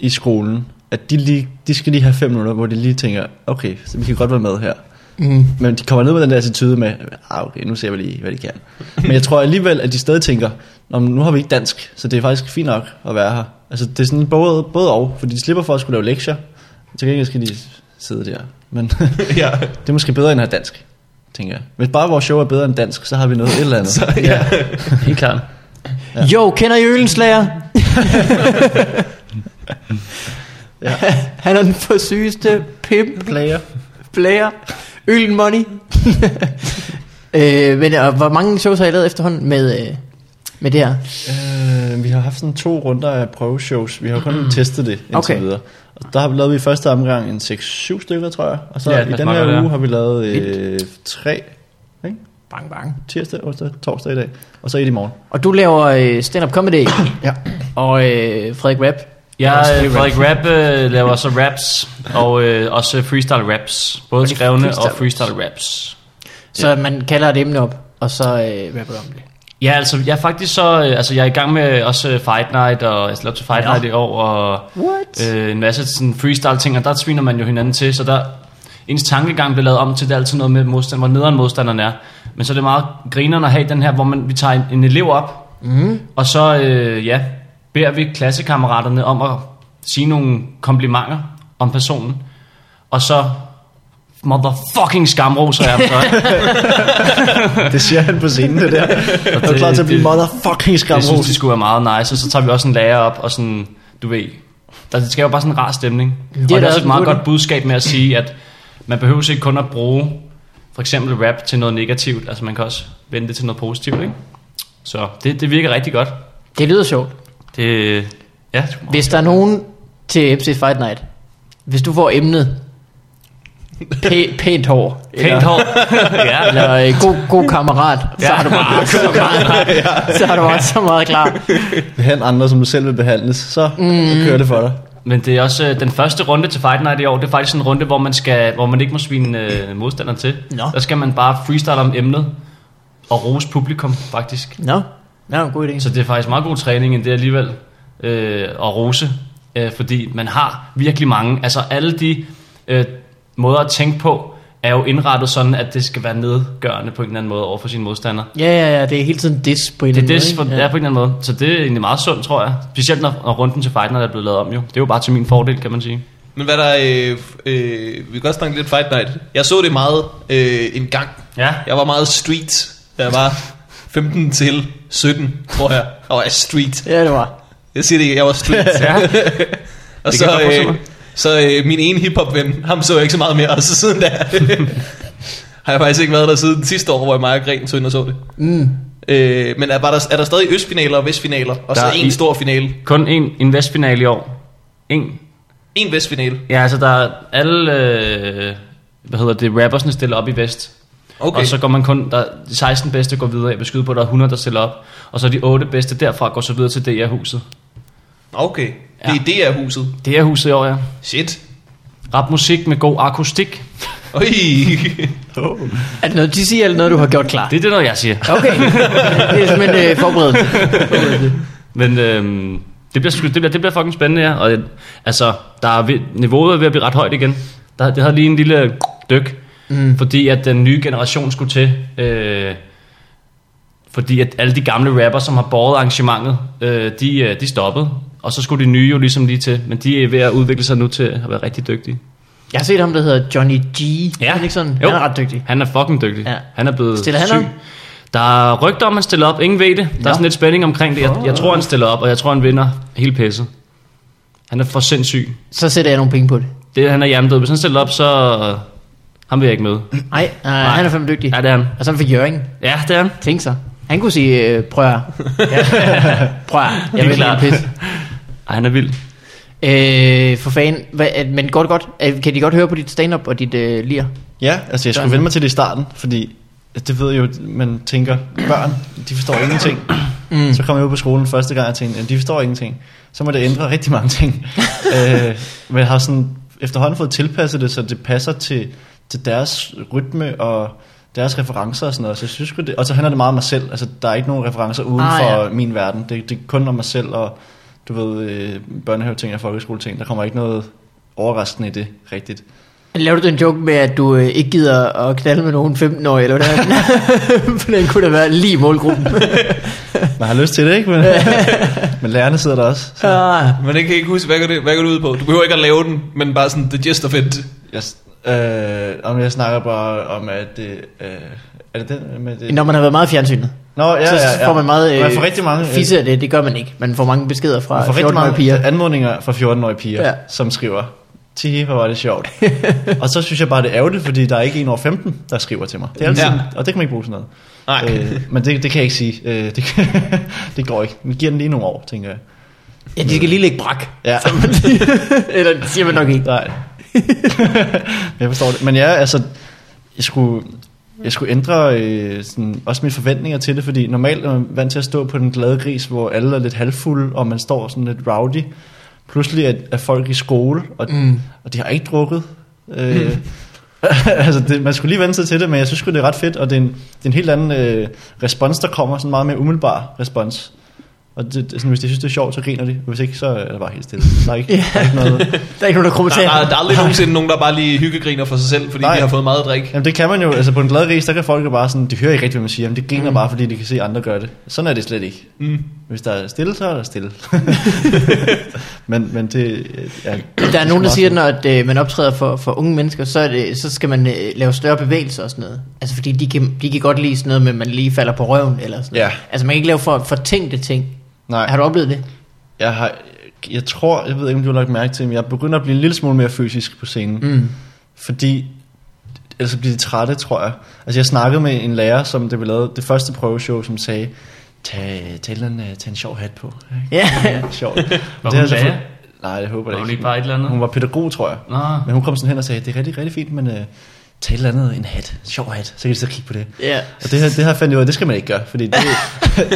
S2: i skolen, at de, lige, de skal lige have fem minutter, hvor de lige tænker, okay, så vi kan godt være med her.
S4: Mm.
S2: Men de kommer ned med den der attitude med, ah, okay, nu ser vi lige, hvad de kan. Men jeg tror alligevel, at de stadig tænker, Nå, men nu har vi ikke dansk, så det er faktisk fint nok at være her. Altså det er sådan både, både og, fordi de slipper for at skulle lave lektier. Til gengæld skal de sidde der. Men
S1: ja.
S2: det er måske bedre end at have dansk, tænker jeg. Hvis bare vores show er bedre end dansk, så har vi noget et eller andet.
S1: Så, ja.
S3: Helt klart.
S4: Ja. Jo, kender I Ølenslager? ja. Han er den for sygeste pimp
S2: Player.
S4: player. Ølen money. øh, men og hvor mange shows har I lavet efterhånden med, øh, med det her?
S2: Øh, vi har haft sådan to runder af prøveshows. Vi har kun testet det indtil
S4: Okay.
S2: okay. videre. Og der har vi lavet i første omgang en 6-7 stykker, tror jeg. Og så
S3: Ja,
S2: ja,
S3: det
S2: i den
S3: smager godt,
S2: her
S3: ja.
S2: uge har vi lavet øh, tre
S4: Bang, bang.
S2: tirsdag, onsdag, torsdag i dag. Og så et i morgen.
S4: Og du laver øh, stand-up comedy,
S2: Ja.
S4: og øh, Frederik Rap.
S3: Jeg, øh, Frederik Rap, øh, laver så raps, og øh, også freestyle raps. Både
S4: det er
S3: skrevne og
S4: freestyle
S3: freestyle raps.
S4: Så man kalder et emne op, og så øh, rapper du om det.
S3: Ja, altså, jeg er faktisk så, øh, altså, jeg er i gang med også øh, Fight Night, og jeg skal op til Fight
S4: Nå.
S3: Night i år, og
S4: What?
S3: øh, en masse sådan freestyle ting, og der sviner man jo hinanden til, så der, ens tankegang bliver lavet om til, det er altid noget med modstand, hvor nederen modstanderen er. Men så er det meget grineren at have den her, hvor man, vi tager en, en elev op,
S4: Mm.
S3: Og så, øh, ja, beder vi klassekammeraterne om at sige nogle komplimenter om personen. Og så motherfucking skamroser jeg ham så.
S2: Det siger han på scenen, det der. Og det, er klar til at blive
S3: det-
S2: motherfucking
S3: Jeg synes,
S2: skamros.
S3: det skulle være meget nice. Og så tager vi også en lærer op og sådan, du ved, der skal jo bare sådan en rar stemning. Det
S4: er
S3: og det
S4: da
S3: er også
S4: også
S3: et meget
S4: en god idé.
S3: godt budskab med at sige, at man behøver ikke kun at bruge for eksempel rap til noget negativt. Altså man kan også vende det til noget positivt, ikke? Så det, det virker rigtig godt.
S4: Det lyder sjovt.
S3: Det, ja, det er sgu meget-
S4: Hvis der er nogen til MC Fight Night, hvis du får emnet pæ- pænt hår,
S3: pænt hår. ja,
S4: eller øh, god, god kammerat, ja. så
S3: Ja.
S4: har du bare så meget, så har du bare så meget klar.
S2: Behandle andre, som du selv vil behandles. Så mm. kører det for dig.
S3: Men det er også øh, den første runde til Fight Night i år, det er faktisk en runde, hvor man, skal, hvor man ikke må svine øh, modstanderen til.
S4: Nå.
S3: Der skal man bare freestyle om emnet og rose publikum faktisk.
S4: Nå, no. god idé.
S3: Så det er faktisk meget god træning end det alligevel øh, at rose, øh, fordi man har virkelig mange. Altså alle de øh, måder at tænke på er jo indrettet sådan, at det skal være nedgørende på en eller anden måde over for sine modstandere.
S4: Ja, ja, ja, det er hele tiden dis på en
S3: Det er
S4: eller anden
S3: det, på,
S4: måde, ikke?
S3: ja. er på en eller anden måde. Så det er egentlig meget sundt, tror jeg. Specielt når, når runden til Fight Night er blevet lavet om jo. Det er jo bare til min fordel, kan man sige.
S1: Men hvad der, øh, øh, vi kan godt snakke lidt Fight Night. Jeg så det meget øh, en gang.
S3: Ja.
S1: Jeg var meget street, da jeg var 15 til 17, tror jeg. Og jeg var street.
S4: Ja, det var.
S1: Jeg siger det, jeg var street.
S3: Ja.
S1: og
S3: Det kan
S1: så,
S3: jeg godt forstå.
S1: øh, så øh, min ene hiphop-ven, ham så jeg ikke så meget mere, og så siden da har jeg faktisk ikke været der siden sidste år, hvor jeg mig og Gren tog ind og så det.
S4: Mm.
S1: Øh, men er, var der, er der stadig østfinaler og vestfinaler, og
S3: Der
S1: så
S3: er
S1: en
S3: i-
S1: stor finale?
S3: Kun en, en vestfinale i år. En.
S1: En vestfinale.
S3: Ja, altså der er alle, øh, hvad hedder det, rappersne stiller op i vest.
S1: Okay.
S3: Og så går man kun, der, de 16 bedste går videre, jeg vil skyde på, at der er 100, der stiller op. Og så de 8 bedste derfra går så videre til DR-huset.
S1: Okay.
S3: Ja.
S1: Det, det er huset.
S3: DR-huset i år, ja.
S1: Shit.
S3: Rap musik med god akustik.
S1: Oj.
S4: Er det noget, de siger, eller noget, du har gjort klar?
S3: Det er det, noget jeg siger.
S4: Okay, det er simpelthen øh, forberedelse. Forberedelse.
S3: Men øhm, det, bliver, sgu- det, bliver, det bliver fucking spændende, ja. Og, øh, altså, der er ved, niveauet er ved at blive ret højt igen. Der, det havde lige en lille dyk, mm. fordi at den nye generation skulle til. Øh, fordi at alle de gamle rapper, som har båret arrangementet, øh, de, øh, de stoppede. Og så skulle de nye jo ligesom lige til. Men de er ved at udvikle sig nu til at være rigtig dygtige.
S4: Jeg har set ham, der hedder Johnny G. Er han ikke sådan?
S3: Jo.
S4: Han er ret dygtig.
S3: Han er fucking dygtig.
S4: Ja.
S3: Ja. Han er blevet
S4: Stiller han
S3: syg.
S4: op?
S3: Der er rygter om, han stiller op. Ingen ved det. Der
S4: Nå.
S3: er sådan lidt spænding omkring det. Jeg, jeg tror, han stiller op, og jeg tror, han vinder hele pisset. Han er for sindssyg.
S4: Så sætter jeg nogle penge på det.
S3: Det, han er hjernedød. Hvis han stiller op, så... Ham vil jeg ikke møde.
S4: Nej, nej, han er fandme dygtig.
S3: Ja, det er han.
S4: Og sådan for Jørgen.
S3: Ja, det er han.
S4: Tænk sig. Han kunne sige, øh, prøv at Prøv at
S3: Det
S4: Jeg
S3: er
S4: vil
S3: klart.
S4: en pis.
S3: Ej, han er vild.
S4: Øh, for fanden. Hva, øh, men går det godt? Øh, Kan de godt høre på dit stand-up og dit øh, lir?
S2: Ja, altså jeg skulle vende mig til det i starten, fordi det ved jeg jo, man tænker, børn, de forstår ingenting. Mm. Så kom jeg ud på skolen første gang og tænkte, at de forstår ingenting. Så må det ændre rigtig mange ting. øh, men jeg har sådan efterhånden fået tilpasset det, så det passer til, til deres rytme og deres referencer og sådan noget. Så jeg synes sgu det, og så handler det meget om mig selv. Altså, der er ikke nogen referencer uden ah,
S4: Ah, ja.
S2: for min verden. Det, det er kun om mig selv og du ved, øh, børnehave-ting og folkeskole-ting. Der kommer ikke noget overraskende i det rigtigt.
S4: Laver du en joke med, at du øh, ikke gider at knalde med nogen 15-årige, eller hvordan? For den kunne da være lige i målgruppen.
S2: Man har lyst til det, ikke? Men, men lærerne sidder der også. Så
S4: ah,
S1: Men jeg kan ikke huske, hvad går det, hvad går det ud på? Du behøver ikke at lave den, men bare sådan the gist of it.
S2: jeg, øh, om jeg snakker bare om, at det... Øh, er det den med det?
S4: når man har været meget i fjernsynet,
S2: Nå, ja,
S4: så
S2: ja, ja.
S4: får man meget
S2: man får rigtig mange, øh,
S4: fisse af det. Det gør man ikke. Man får mange beskeder
S2: man
S4: fra
S2: får rigtig
S4: 14-årige
S2: mange
S4: piger.
S2: piger. anmodninger fra 14-årige piger,
S4: Ja.
S2: ja. som skriver, Tihi, hvor var det sjovt. og så synes jeg bare, det er ærgerligt, fordi der er ikke en over 15, der skriver til mig. Det er altid,
S1: Ja.
S2: ja. Og det kan man ikke bruge sådan noget.
S1: Nej.
S2: Øh, men det, det kan jeg ikke sige. Øh, det, kan, det går ikke. Men giver den lige nogle år, tænker jeg.
S4: Ja, de skal lige lægge brak.
S2: Ja.
S4: Eller det siger man nok ikke.
S2: Nej. jeg forstår det. Men ja, altså, jeg skulle, jeg skulle ændre øh, sådan, også mine forventninger til det, fordi normalt er man vant til at stå på den glade gris, hvor alle er lidt halvfulde, og man står sådan lidt rowdy. Pludselig er, er folk i skole, og, mm. og de har ikke drukket.
S4: Mm.
S2: Øh, altså det, man skulle lige vende sig til det, men jeg synes sgu, det er ret fedt, og det er en, det er en helt anden øh, respons, der kommer, sådan meget mere umiddelbar respons. Og det, det, sådan, hvis de synes, det er sjovt, så griner de, og hvis ikke, så er der bare helt stille. Der er ikke, der er ikke noget...
S4: Der er ikke nogen,
S1: Der,
S4: der kommenterer.
S1: der, der er aldrig nogensinde nogen, der bare lige hyggegriner for sig selv, fordi Nej.
S2: Nej.
S1: de har fået meget drik.
S2: Jamen det kan man jo, altså på en glad ris, der kan folk jo bare sådan, de hører ikke rigtigt, hvad man siger, men de griner mm. bare, fordi de kan se, at andre gør det. Sådan er det slet ikke.
S1: Mm.
S2: Hvis der er stille, så er der stille. men, men det er...
S4: Der er nogen, der siger, når at, øh, man optræder for, for unge mennesker, så, er det, så skal man øh, lave større bevægelser og sådan noget. Altså fordi de kan, de kan godt lide sådan noget med, at man lige falder på røven eller sådan noget.
S2: Ja.
S4: Altså man kan ikke lave for, for tænkte ting.
S2: Nej,
S4: Har du oplevet det?
S2: jeg har... Jeg tror, jeg ved ikke, om du har lagt mærke til, men jeg begynder at blive en lille smule mere fysisk på scenen.
S4: Mm.
S2: Fordi ellers så bliver de trætte, tror jeg. Altså jeg snakkede med en lærer, som det vi lavede det første prøveshow, som sagde, tag, tag, en, eller anden, øh, tag en sjov hat på.
S4: Ja.
S2: Ja, sjovt.
S3: Var
S2: Det har
S3: hun
S2: jeg så
S3: lærer?
S2: fået- Nej, det håber
S3: Var
S2: jeg
S3: hun
S2: ikke.
S3: ikke bare et eller andet?
S2: Hun var pædagog, tror jeg.
S3: Nå.
S2: Men hun kom sådan hen og sagde, det er rigtig, rigtig fint, men øh, Tag et eller andet, en hat, sjov hat, så kan de så kigge på det.
S4: Ja.
S2: Og det her, det her fandt jeg ud af, det skal man ikke gøre, fordi det,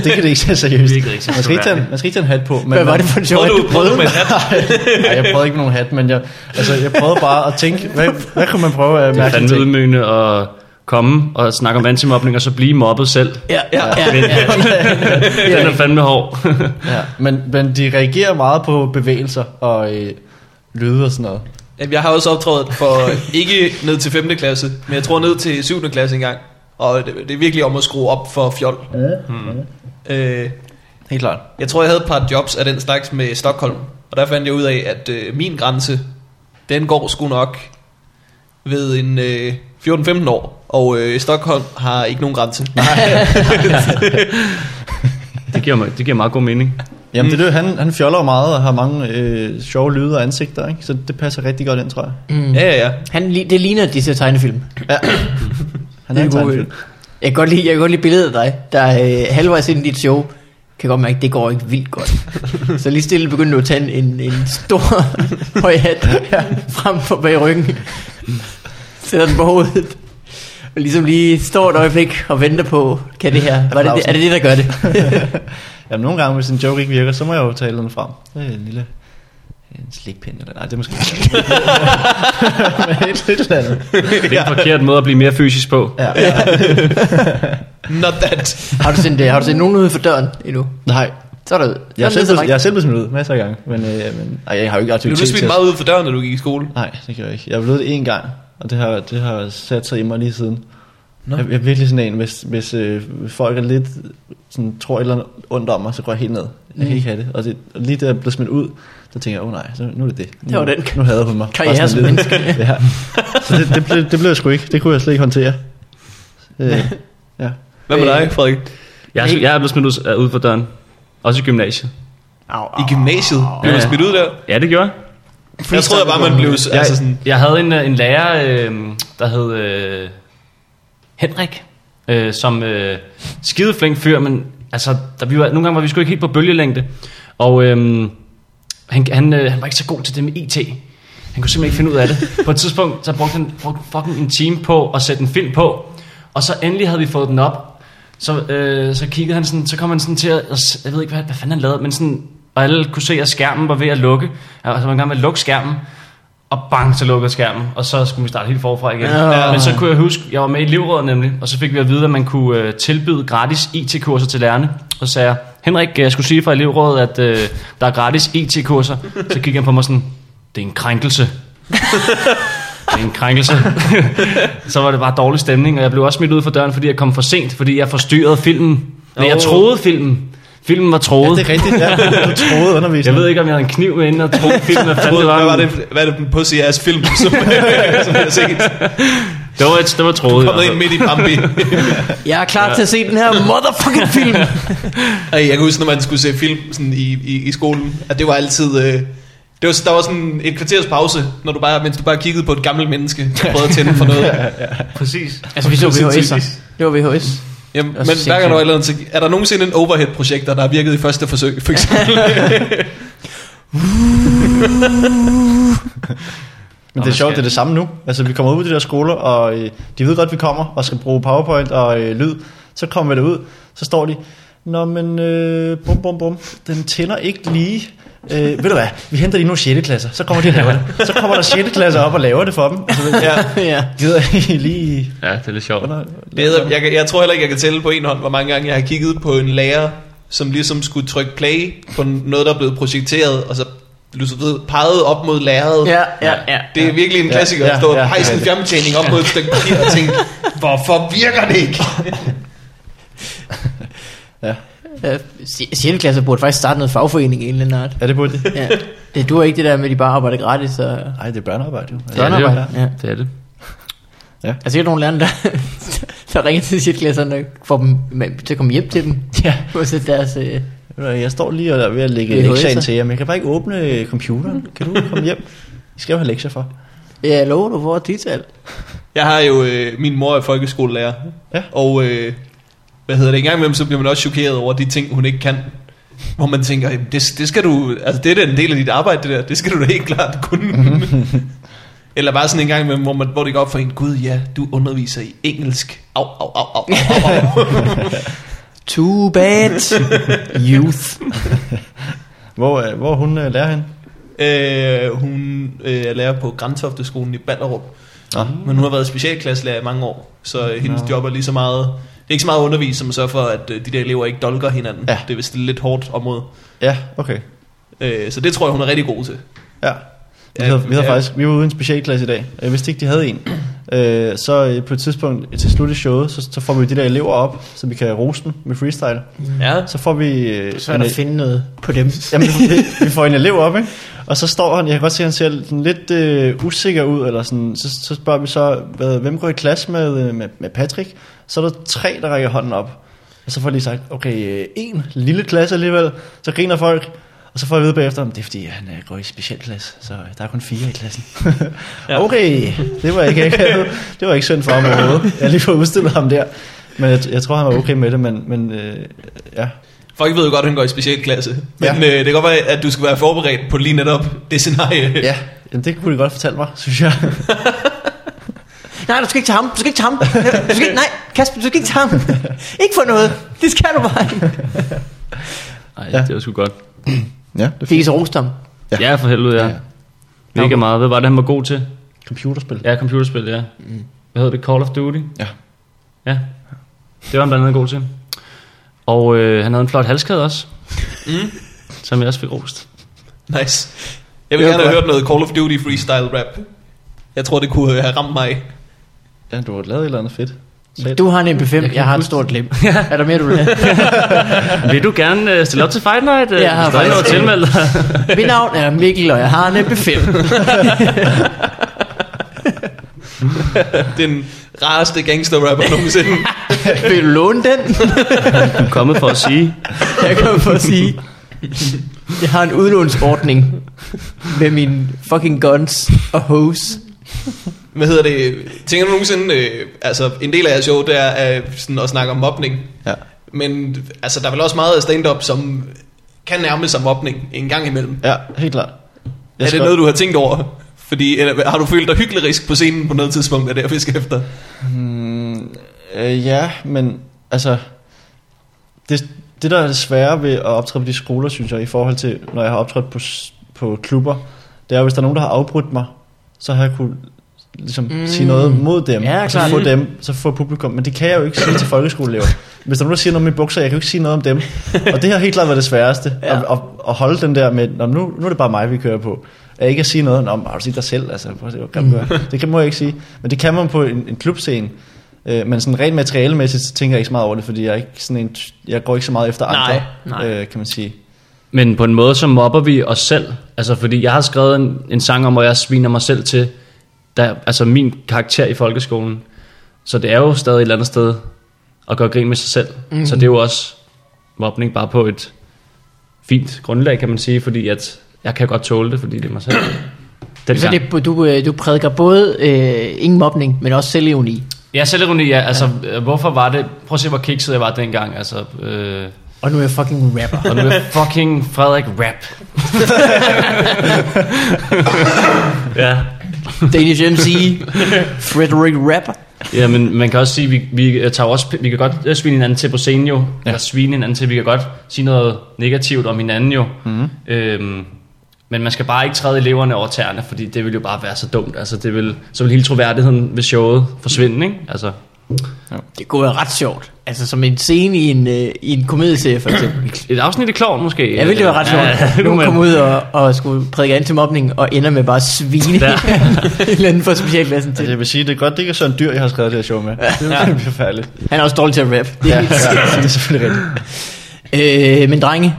S2: det kan det ikke tage seriøst.
S3: Virkelig ikke så
S2: man, skal ikke tage, en- man skal ikke tage en hat på. Men
S4: Hvad var det for en sjov
S1: Prøvede du,
S4: hat?
S1: prøvede du med en hat?
S2: Nej, jeg prøvede ikke med nogen hat, men jeg, altså, jeg prøvede bare at tænke, hvad, hvad kunne man prøve at
S3: Det er
S2: mærke
S3: fandme
S2: ting?
S3: ydmygende at komme og snakke om antimobning, og så blive mobbet selv.
S4: Ja, ja, ja. ja.
S3: Den er fandme hård.
S2: Ja, men, men de reagerer meget på bevægelser og øh, lyde og sådan noget.
S1: Jamen, jeg har også optrådt for ikke ned til 5. klasse, men jeg tror ned til 7. klasse engang. Og det, det er virkelig om at skrue op for fjol. Mm. Øh,
S2: Helt klart.
S1: jeg tror, jeg havde et par jobs af den slags med Stockholm. Og der fandt jeg ud af, at øh, min grænse, den går sgu nok ved en øh, 14-15 år. Og øh, Stockholm har ikke nogen grænse.
S3: Det giver, mig- det giver meget god mening.
S2: Jamen det er det, han, han fjoller jo meget og har mange øh, sjove lyde og ansigter, ikke? så det passer rigtig godt ind, tror jeg.
S1: Ja, ja, ja.
S4: Han, li- det ligner de ser tegnefilm.
S2: Han er en
S4: Det er en god
S2: tegnefilm.
S4: Jeg kan godt lide, jeg kan godt lide billedet af dig, der er øh, halvvejs ind i dit show. Kan godt mærke, det går ikke vildt godt. Så lige stille begynder du at tage en, en, en stor høj hat frem for bag ryggen. Sætter den på hovedet. Og ligesom lige står et øjeblik og venter på, kan det her, var det, det, er det det, der gør det?
S2: Jamen nogle gange, hvis en joke ikke virker, så må jeg jo tale den frem. Det er en lille en slikpind eller nej, det er måske ikke. Men et eller andet.
S3: Det er en forkert måde at blive mere fysisk på.
S2: Ja, ja.
S1: Not that.
S4: Har du sendt, øh, har du sendt nogen ud for døren endnu?
S2: Nej,
S4: Så er der
S2: jeg er, selv
S4: så
S2: blevet, jeg er selv blevet smidt ud masser af gange, men, øh, men ej, jeg har jo ikke
S1: Blev
S2: aktivitet
S1: du smidt
S2: at-
S1: meget ud for døren, da du gik i skole?
S2: Nej, det gjorde jeg ikke. Jeg er blevet det en gang, og det har, det har sat sig i mig lige siden. No. Jeg, jeg er virkelig sådan en, hvis, hvis øh, folk er lidt, sådan, tror et eller andet ondt om mig, så går jeg helt ned. Jeg kan
S4: Mm.
S2: ikke have det. Og, det, og lige da jeg blev smidt ud, der tænker jeg, åh oh, nej, så nu er det det. Nu,
S4: Det var den
S2: Nu hader hun mig.
S4: karriere
S2: Bare sådan
S4: som
S2: lidt. ja. Så det, det, blev, det blev jeg sgu ikke. Det kunne jeg slet ikke håndtere. Øh, ja.
S1: Hvad med dig, Frederik?
S3: Jeg, er- jeg er blevet smidt ud, øh, ud for døren. Også i gymnasiet.
S1: I gymnasiet? Blev du
S3: Ja.
S1: smidt ud der?
S3: Ja, det gjorde jeg.
S1: Jeg troede bare, man blev altså sådan...
S3: Jeg havde en, øh, en lærer, øh, der hed øh, Henrik, øh, som øh, skideflink fyr, men altså, der, vi var, nogle gange var vi sgu ikke helt på bølgelængde. Og øh, han, han, øh, han var ikke så god til det med IT. Han kunne simpelthen ikke finde ud af det. På et tidspunkt, så brugte han brugte fucking en time på at sætte en film på, og så endelig havde vi fået den op. Så, øh, så kiggede han sådan, så kom han sådan til at, jeg ved ikke, hvad, hvad fanden han lavede, men sådan, og alle kunne se, at skærmen var ved at lukke. Altså, man var i gang med at lukke skærmen, og bang, så lukkede skærmen, og så skulle vi starte helt forfra igen.
S4: Ja.
S3: Ja. Men så kunne jeg huske, jeg var med i elevrådet nemlig, og så fik vi at vide, at man kunne øh, tilbyde gratis IT-kurser til lærerne. Og så sagde jeg, Henrik, øh, jeg skulle sige fra elevrådet, at øh, der er gratis IT-kurser. Så kiggede han på mig sådan, det er en krænkelse. Det er en krænkelse. så var det bare dårlig stemning, og jeg blev også smidt ud for døren, fordi jeg kom for sent, fordi jeg forstyrrede filmen. Men jeg
S1: Åh.
S3: troede filmen. Filmen var
S2: Ja,
S3: troet.
S2: det er rigtigt. Ja, du troede
S3: jeg
S2: undervisning.
S3: ved ikke, om jeg havde en kniv med inden og troede filmen. Hvad fanden
S1: Hvad
S3: det var,
S1: var det, hvad er det for en pussy ass film, som, som jeg har set?
S3: Det var, et, det var troet. i hvert
S1: Kommet
S3: fald.
S1: ind midt i Bambi.
S4: Jeg er klar til at se den her motherfucking film.
S1: Ej, jeg kan huske, når man skulle se film sådan i, i, i skolen, at det var altid... Øh, det var, der var sådan et kvarters pause, når du bare, mens du bare kiggede på et gammelt menneske, der prøvede at tænde for noget.
S3: Præcis.
S4: altså, vi så VHS'er. Det var VHS.
S1: Jamen,
S4: er
S1: men hver gang der var et eller andet, så- er der nogensinde en overhead-projekter, der har virket i første forsøg, for eksempel?
S2: Men det er
S3: man
S2: sjovt,
S3: skal-
S2: det er det samme nu. Altså, vi kommer ud i de der skoler, og øh, de ved godt, at vi kommer og skal bruge PowerPoint og øh, lyd. Så kommer vi derud, så står de, Nå, men øh, bum, bum, bum, den tænder ikke lige. Øh, ved du hvad, vi henter lige nogle 6. klasser, så kommer de og laver det. Så kommer der 6. klasser op og laver det for dem. Altså,
S1: ja.
S4: ja.
S2: gider I lige...
S3: Ja, det er lidt sjovt.
S2: Under,
S1: Det hedder, jeg, kan- jeg tror heller ikke, jeg kan tælle på en hånd, hvor mange gange jeg har kigget på en lærer, som ligesom skulle trykke play på noget, der er blevet projekteret, og så du så ved, pegede op mod lærredet.
S4: Ja, ja, ja.
S1: Det er virkelig en
S2: Ja,
S1: klassiker at
S2: ja,
S1: stå og
S2: ja,
S1: pege
S2: det er
S1: sin
S2: det.
S1: fjernbetjening op mod et stykke papir og tænke, hvorfor virker det ikke?
S4: Øh, sj- 6. klasse burde faktisk starte noget fagforening i en eller anden art.
S2: er det på det?
S4: Ja. Det duer ikke det der med, at de bare arbejder gratis. Så...
S2: Nej, det er børnearbejde jo. Altså,
S3: Ja, det er jo-
S4: Børnearbejde, ja.
S3: Det er det.
S4: Altså, jeg er nogle lærere, der, der ringer til 6. klasserne og får dem med, til at komme hjem til dem.
S2: Ja.
S4: Og sætte deres... Øh...
S2: Ved du hvad, Jeg står lige og er ved at lægge
S4: VHS'er.
S2: lektier ind til jer, men jeg kan bare ikke åbne øh, computeren. Kan du komme hjem? I skal jo have lektier for.
S4: Ja, jeg lover, du får et tital.
S1: Jeg har jo, øh, min mor er folkeskolelærer,
S2: Ja.
S1: og øh, hvad hedder det, en gang imellem, så bliver man også chokeret over de ting, hun ikke kan. Hvor man tænker, "Jamen, det, det skal du, altså det er da en del af dit arbejde, det der, det skal du da helt klart kunne. Eller bare sådan en gang imellem, hvor, man, hvor det går op for en, Gud ja, du underviser i engelsk. Au, au, au, au, au, au, au.
S4: Too bad. Youth.
S2: Hvor, øh, hvor hun øh, lærer hende?
S1: øh, hun øh, er lærer på Grantofteskolen i Ballerup.
S2: Nå.
S1: Men hun har været specialklasselærer i mange år, så øh, hendes job er lige så meget... Det er ikke så meget undervis, som så for, at øh, de der elever ikke dolker hinanden.
S2: Ja.
S1: Det er vist et lidt hårdt område.
S2: Ja, okay.
S1: Øh, så det tror jeg, hun er rigtig god til.
S2: Ja.
S1: Ja,
S2: Vi havde, vi havde
S1: ja.
S2: faktisk, vi var ude i en specialklasse i dag, og jeg vidste ikke, de havde en. Øh, så øh, på et tidspunkt til slut i showet, så, så får vi de der elever op, så vi kan rose dem med freestyle.
S1: Ja.
S2: Så får vi... Øh,
S4: Så er
S2: en-
S4: der at finde noget på dem.
S2: Jamen, vi- vi får en elev op, ikke? Og så står han, jeg kan godt se, at han ser sådan lidt øh, usikker ud, eller sådan, så, så spørger vi så, hvad, hvem går i klasse med, øh, med, med Patrick? Så er der tre, der rækker hånden op. Og så får jeg lige sagt, okay, øh, en lille klasse alligevel, så griner folk, og så får jeg at vide bagefter, at det er fordi, han øh, går i specialklasse, så øh, der er kun fire i klassen.
S1: Ja.
S2: ja. Okay, det var ikke akavet. Det var ikke synd for ham overhovedet. Jeg har lige fået udstillet ham der. Men jeg, jeg tror, han var okay med det, men, men øh, ja.
S1: Folk ved jo godt, at hun går i specialklasse. Men
S2: Ja.
S1: ja. øh, det kan godt være, at du skal være forberedt på lige netop det scenarie.
S2: Ja, jamen, det kunne de godt fortælle mig, synes jeg.
S4: Nej, du skal ikke til ham. Du skal ikke til ham. Du skal ikke, nej, Kasper, du skal ikke til ham. ikke for noget. Det skal du bare ikke.
S3: Ej,
S2: Ja.
S3: ja. det var sgu godt.
S2: Ja, det
S4: Fik I så rost ham?
S2: Ja.
S3: Ja, ja for helvede, ja.
S2: Ja, ja.
S3: ja. Mega meget. Hvad var det, han var god til?
S2: Computerspil. Ja.
S3: Ja, computerspil, ja. Hvad hedder det? Call of Duty?
S2: Mm. Ja.
S3: Ja. Det var han blandt andet god til. Og øh, han havde en flot halskæde også. Mm. Som jeg også fik rost.
S1: Nice. Jeg vil
S2: Det var
S1: gerne have
S2: godt.
S1: hørt noget Call of Duty freestyle rap. Jeg tror, det kunne øh, have ramt mig.
S2: ja, du har lavet et eller andet fedt. Sagde
S4: Du har en MP5, jeg, jeg har et stort lem. er der mere, du vil have?
S3: Vil du gerne øh, stille op til Fight Night? Øh,
S4: Jeg har
S3: hvis der er noget
S4: faktisk-
S3: tilmeldt.
S4: Mit navn er Mikkel, og jeg har en MP5.
S1: Den rareste gangster-rapper nogensinde.
S4: Vil du låne den?
S3: Du er kommet for at sige.
S4: Jeg kan for at sige, jeg har en udlånsordning med mine fucking guns og hose.
S1: Hvad hedder det? Tænker du nogensinde... Øh, altså, en del af jeres show, det er øh, sådan at snakke om mobning.
S2: Ja.
S1: Men altså, der er vel også meget af stand-up, som kan nærme sig mobning en gang imellem.
S2: Ja, helt klart.
S1: Jeg er det noget, du har tænkt over? Fordi eller, har du følt dig hyggelig på scenen på noget tidspunkt, er det jeg fisker efter?
S2: Mm, øh, ja, men altså... Det, det, der er det svære ved at optræde på de skoler, synes jeg, i forhold til, når jeg har optrådt på, s- på klubber, det er, hvis der er nogen, der har afbrudt mig, så har jeg kunne ligesom
S4: Mm.
S2: mm. sige noget mod dem,
S4: Ja,
S2: og så
S4: klart.
S2: få dem, så få publikum. Men det kan jeg jo ikke sige til folkeskoleelever. Hvis der er nogen, der siger noget om mine bukser, jeg kan jo ikke sige noget om dem. Og det har helt klart været det sværeste.
S4: Ja.
S2: Ja. At, at, at, holde den der med, "Nå, nu, nu er det bare mig, vi kører på. At ikke at sige noget om, har du set dig selv? Altså, prøv at se, hvor grim du
S4: Mm.
S2: er." det kan, må jeg ikke sige. Men det kan man på en, en klubscene. Øh, men sådan rent materialemæssigt så tænker jeg ikke så meget over det, fordi jeg, er ikke sådan en, ty- jeg går ikke så meget efter
S1: Nej,
S2: andre,
S4: nej.
S2: Øh, kan man sige.
S3: Men på en måde, så mobber vi os selv. Altså, fordi jeg har skrevet en, en sang om, hvor jeg sviner mig selv til der, altså min karakter i folkeskolen. Så det er jo stadig et eller andet sted at gøre grin med sig selv.
S4: Mhm.
S3: Mm-hmm. Så det er jo også mobning bare på et fint grundlag, kan man sige, fordi at jeg kan godt tåle det, fordi det er mig selv. Den
S4: Så det, du, øh, du prædiker både øh, ingen mobning, men også selvironi.
S3: Ja, selvironi, ja. Altså, ja. hvorfor var det... Prøv at se, hvor kikset jeg var dengang. Altså, øh,
S4: Og nu er jeg fucking rapper.
S3: og nu er fucking Frederik rap. ja.
S4: Danish MC, Frederick Rapper.
S3: ja, men man kan også sige, vi, vi, øh, tager jo også, vi kan godt øh, svine hinanden til på scenen jo. Ja. Eller svine hinanden til. Vi kan godt sige noget negativt om hinanden jo. Mm-hmm. Øhm, men man skal bare ikke træde eleverne over tæerne, fordi det vil jo bare være så dumt. Altså, det vil, så vil hele troværdigheden ved showet forsvinde, ikke? Altså,
S4: Det kunne være ret sjovt. Altså som en scene i en, øh, i en komedieserie for eksempel.
S3: et afsnit i Klovn måske.
S4: Jeg ville det være ret sjovt. Ja, nu
S3: men-
S4: kom ud og, og skulle prædike antimobning og ender med bare at svine
S3: Ja.
S4: en eller anden for specialklassen
S2: Altså,
S4: til.
S2: jeg vil sige, det er godt, det ikke er sådan dyr, jeg har skrevet det her show med. Det er jo forfærdeligt.
S4: Han er også dårlig til at rap. Det er
S2: Ja,
S4: helt
S2: ja, det er selvfølgelig rigtigt.
S4: Øh, men drenge,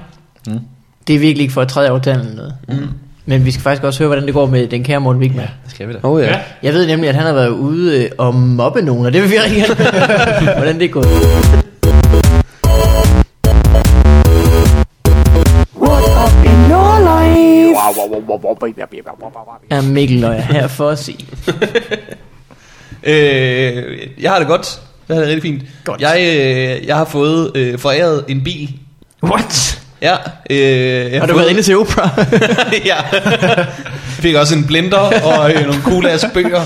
S4: mm. det er virkelig ikke for at træde over tanden eller noget. Mm. Men vi skal faktisk også høre, hvordan det går med den kære Morten Wigman.
S2: Det skal vi da.
S4: Oh,
S3: Ja.
S4: Jeg ved nemlig, at han har været ude øh, og mobbe nogen, og det vil vi rigtig gerne høre, hvordan det er gået.
S5: What up in your life?
S4: Er Mikkel Løjer her for at sige.
S1: Øh, jeg har det godt. Jeg har det rigtig fint.
S4: Godt.
S1: Jeg, øh, jeg har fået øh, foræret en bil.
S4: What?
S1: Ja. Øh, jeg
S4: Har du været inde til Oprah?
S1: ja. Fik også en blender og øh, nogle cool ass bøger.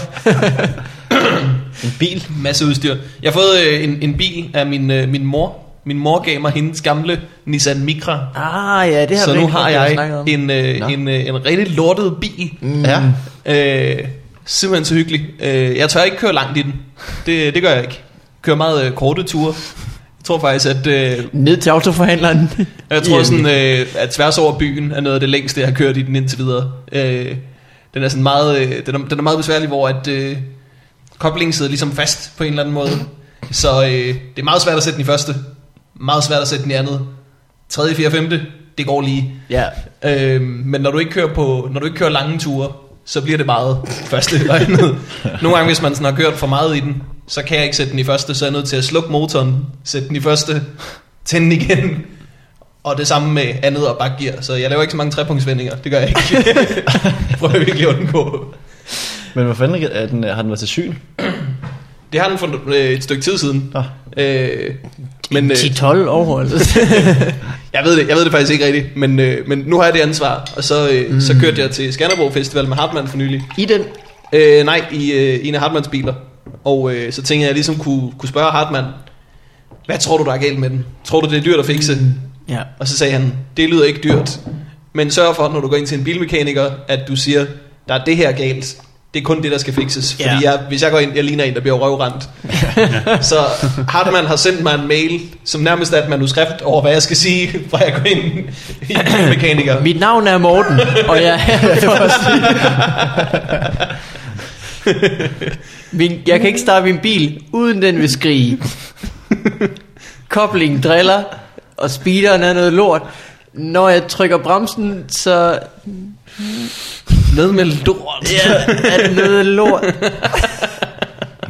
S2: En bil.
S1: Masse udstyr. Jeg har fået øh, en, en bil af min, øh, min mor. Min mor gav mig hendes gamle Nissan Micra.
S4: Ah ja, det har
S1: så
S4: vi
S1: nu
S4: ikke
S1: har
S4: rigtig
S1: jeg
S4: snakket om.
S1: en, øh, en, øh, en rigtig lortet bil.
S2: Mm. Ja.
S1: Øh, simpelthen så hyggelig. Øh, jeg tør ikke køre langt i den. Det, det gør jeg ikke. Kører meget øh, korte ture. Jeg tror faktisk, at, øh,
S4: Ned til autoforhandleren.
S1: jeg tror
S4: Jamen.
S1: sådan, øh, at tværs over byen er noget af det længste, jeg har kørt i den indtil videre. Øh, den er sådan meget, øh, den, er, den er meget besværlig, hvor at, øh, koblingen sidder ligesom fast på en eller anden måde. Så øh, det er meget svært at sætte den i første. Meget svært at sætte den i andet. Tredje, fjerde, femte, det går lige.
S4: ja.
S1: Øh, men når du ikke kører på, når du ikke kører lange ture, så bliver det meget første og andet. Nogle gange, hvis man sådan har kørt for meget i den, så kan jeg ikke sætte den i første, så er jeg nødt til at slukke motoren, sætte den i første, tænde den igen, og det samme med andet og bakgear. Så jeg laver ikke så mange trepunktsvendinger, det gør jeg ikke. Prøver jeg virkelig at undgå.
S2: Men hvor fanden er den, har den været til syn?
S1: Det har den for øh, et stykke tid siden.
S2: Nå.
S1: Øh, men, øh,
S4: 10-12 år, altså.
S1: Jeg ved det, jeg ved det faktisk ikke rigtigt, men, øh, men nu har jeg det ansvar, og så, øh, mm. så kørte jeg til Skanderborg Festival med Hartmann for nylig.
S4: I den.
S1: Øh, nej, i øh, en af Hartmanns biler. Og øh, så tænkte jeg, at jeg ligesom kunne, kunne spørge Hartmann, hvad tror du, der er galt med den? Tror du, det er dyrt at fikse?
S4: Ja.
S1: Og så sagde han, det lyder ikke dyrt, men sørg for, når du går ind til en bilmekaniker, at du siger, der er det her galt. Det er kun det, der skal fikses. Fordi
S4: Ja.
S1: jeg, hvis jeg går ind, jeg ligner en, der bliver røvrendt. så Hartmann har sendt mig en mail, som nærmest er et manuskript over, hvad jeg skal sige, fra jeg går ind i en bilmekaniker.
S4: Mit navn er Morten, og jeg min, Jeg kan ikke starte min bil, uden den vil skrige. Koblingen driller, og speederen er noget lort. Når jeg trykker bremsen, så
S1: Med med lort.
S4: ja, er det noget lort.